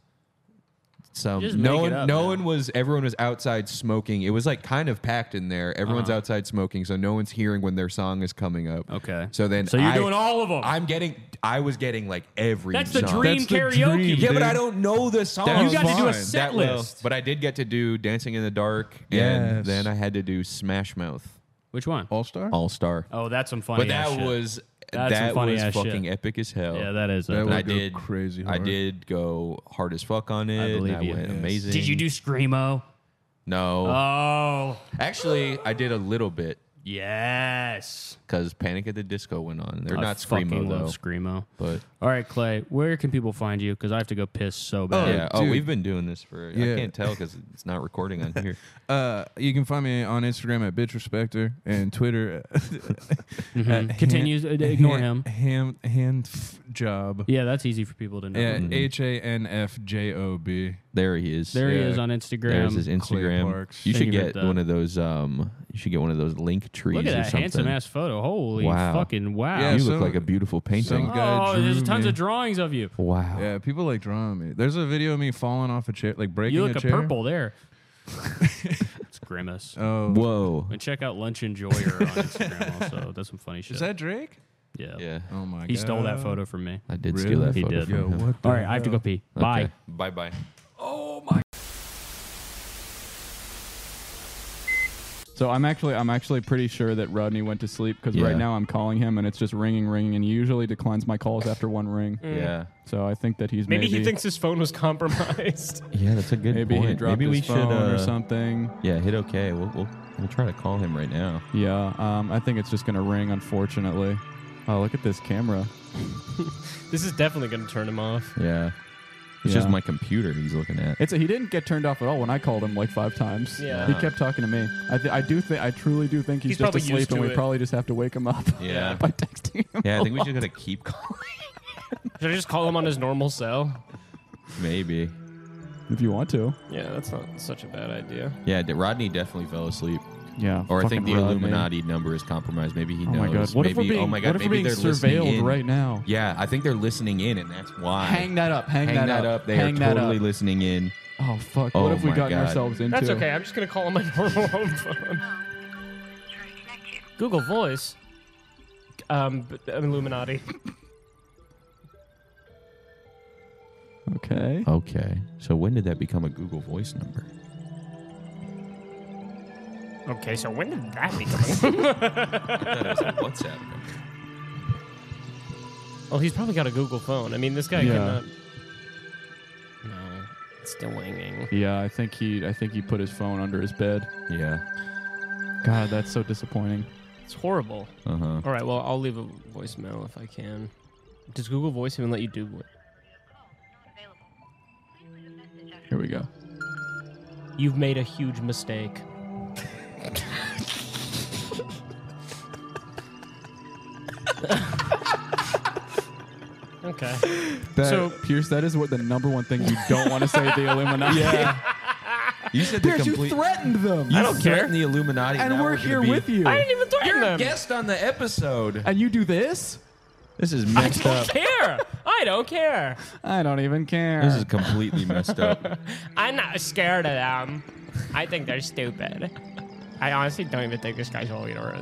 Some
Just
no
make it
one,
up,
no
man.
one was. Everyone was outside smoking. It was like kind of packed in there. Everyone's
Uh-huh.
outside smoking, so no one's hearing when their song is coming up.
Okay.
So then,
So you're
I-
doing all of them.
I'm getting. I was getting like every.
Oh. That's the
song.
dream
That's the
karaoke.
dream,
Yeah, but
dude.
I don't know the song.
That's You got to do a fine.
set
That will-
list.
but I did get to do Dancing in the Dark, and
Yes.
then I had to do Smash Mouth
Which one?
All star.
All Star.
Oh, that's some funny.
but
ass
that
shit.
was
That's some
that
funny
was
ass shit.
fucking epic as hell.
Yeah, that is.
That
And I
would go
did
crazy
I
hard.
did go hard as fuck on it. and I,
believe you.
went
Yes.
amazing.
Did you do screamo?
No,
Oh
actually, I did a little bit
yes.
because Panic at the Disco went on. They're
I
not
fucking
screamo though,
love screamo.
but
All right, Clay. Where can people find you? Because I have to go piss so bad.
yeah. Oh,
dude.
we've been doing this for. I
Yeah.
can't tell because it's not recording on
(laughs)
here.
Uh, you can find me on Instagram at bitchrespecter and Twitter.
(laughs) Mhm. Continues. uh, Ignore him.
Hand hand f- job.
Yeah, that's easy for people to know.
Yeah,
Mm-hmm.
H a n f j o b.
There he is.
There he
Yeah.
is on Instagram.
There's his
Clay
Instagram.
Parks.
You should
Thank you for
get
that.
one of those. Um, you should get one of those link trees.
Look at
or
that
something.
handsome ass photo. Holy
Wow.
fucking wow.
Yeah,
You
so-
look like a beautiful painting.
some- guy
oh, there's
drew
tons
me.
of drawings of you.
wow.
Yeah, people like drawing me. There's a video of me falling off a chair, like breaking
You look a
chair.
purple there. it's grimace.
Oh,
Whoa.
And check out Lunch Enjoyer on Instagram also. That's some funny shit.
is that Drake?
yeah.
Yeah.
Oh my god,
He stole that photo from me.
I did steal
Really?
that
He
photo.
did.
from
Yo,
him. (laughs)
what? The
All right, I have to go pee. Bye.
Bye bye.
So I'm actually I'm actually pretty sure that Rodney went to sleep because
Yeah.
right now I'm calling him and it's just ringing, ringing, and he usually declines my calls after one ring.
Yeah.
So I think that he's
Maybe,
maybe
he thinks his phone was (laughs) compromised.
Yeah, that's a good
maybe
point.
he dropped
maybe
his
we
phone
should uh,
or something.
Yeah, hit okay. We'll, we'll we'll try to call him right now.
Yeah, um, I think it's just gonna ring, unfortunately. Oh, look at this camera.
this is definitely going to turn him off.
Yeah. It's
Yeah.
just my computer he's looking at.
It's he didn't get turned off at all when I called him like five times.
Yeah.
he kept talking to me. I, th- I do think I truly do think he's,
He's
just
probably
asleep
used
and
to
we
it.
probably just have to wake him up.
Yeah.
(laughs) by texting him.
Yeah, I
(laughs)
think we
a
should
lot.
gotta keep calling.
Should I just call him on his normal cell?
Maybe.
if you want to.
Yeah, that's not such a bad idea.
Yeah, d- Rodney definitely fell asleep.
Yeah,
Or I think the
fucking Rodney.
Illuminati number is compromised. Maybe he
Oh
knows.
my god! What
maybe,
if we're being
oh my god,
what if we're
maybe
being
they're listening
surveiled
in.
right now?
Yeah, I think they're listening in, and that's why.
Hang that up. Hang,
Hang
that,
up. They
hang
are
that
totally
up.
listening in.
oh fuck!
Oh
what have we
my
gotten
God.
ourselves into?
That's okay. I'm just going to call him on my normal home phone. Google Voice. Um, b- Illuminati.
Okay.
Okay. So when did that become a Google Voice number?
Okay, so when did that become?
(laughs) I thought it was a WhatsApp number.
well, he's probably got a Google phone. I mean, this guy
Yeah.
cannot. No, it's still ringing.
Yeah, I think he I think he put his phone under his bed.
Yeah.
God, that's so disappointing.
It's horrible.
Uh
Uh-huh.
huh.
All right, well, I'll leave a voicemail if I can. Does Google Voice even let you do what?
Here we go.
You've made a huge mistake. (laughs) okay.
That, (laughs)
So-
Pierce, that is what the number one thing you don't want to say to (laughs) the Illuminati. Yeah,
You said the
Pierce,
complete.
you threatened them,
I don't care. The Illuminati,
and
now
we're
gonna
here
be-
with you,
even threaten
Guest on the episode.
and you do this.
This is
I
messed
don't
up.
care. I don't care.
I don't even care.
This is completely messed up.
I'm not scared of them. I think they're stupid. I honestly don't even think this guy's holy or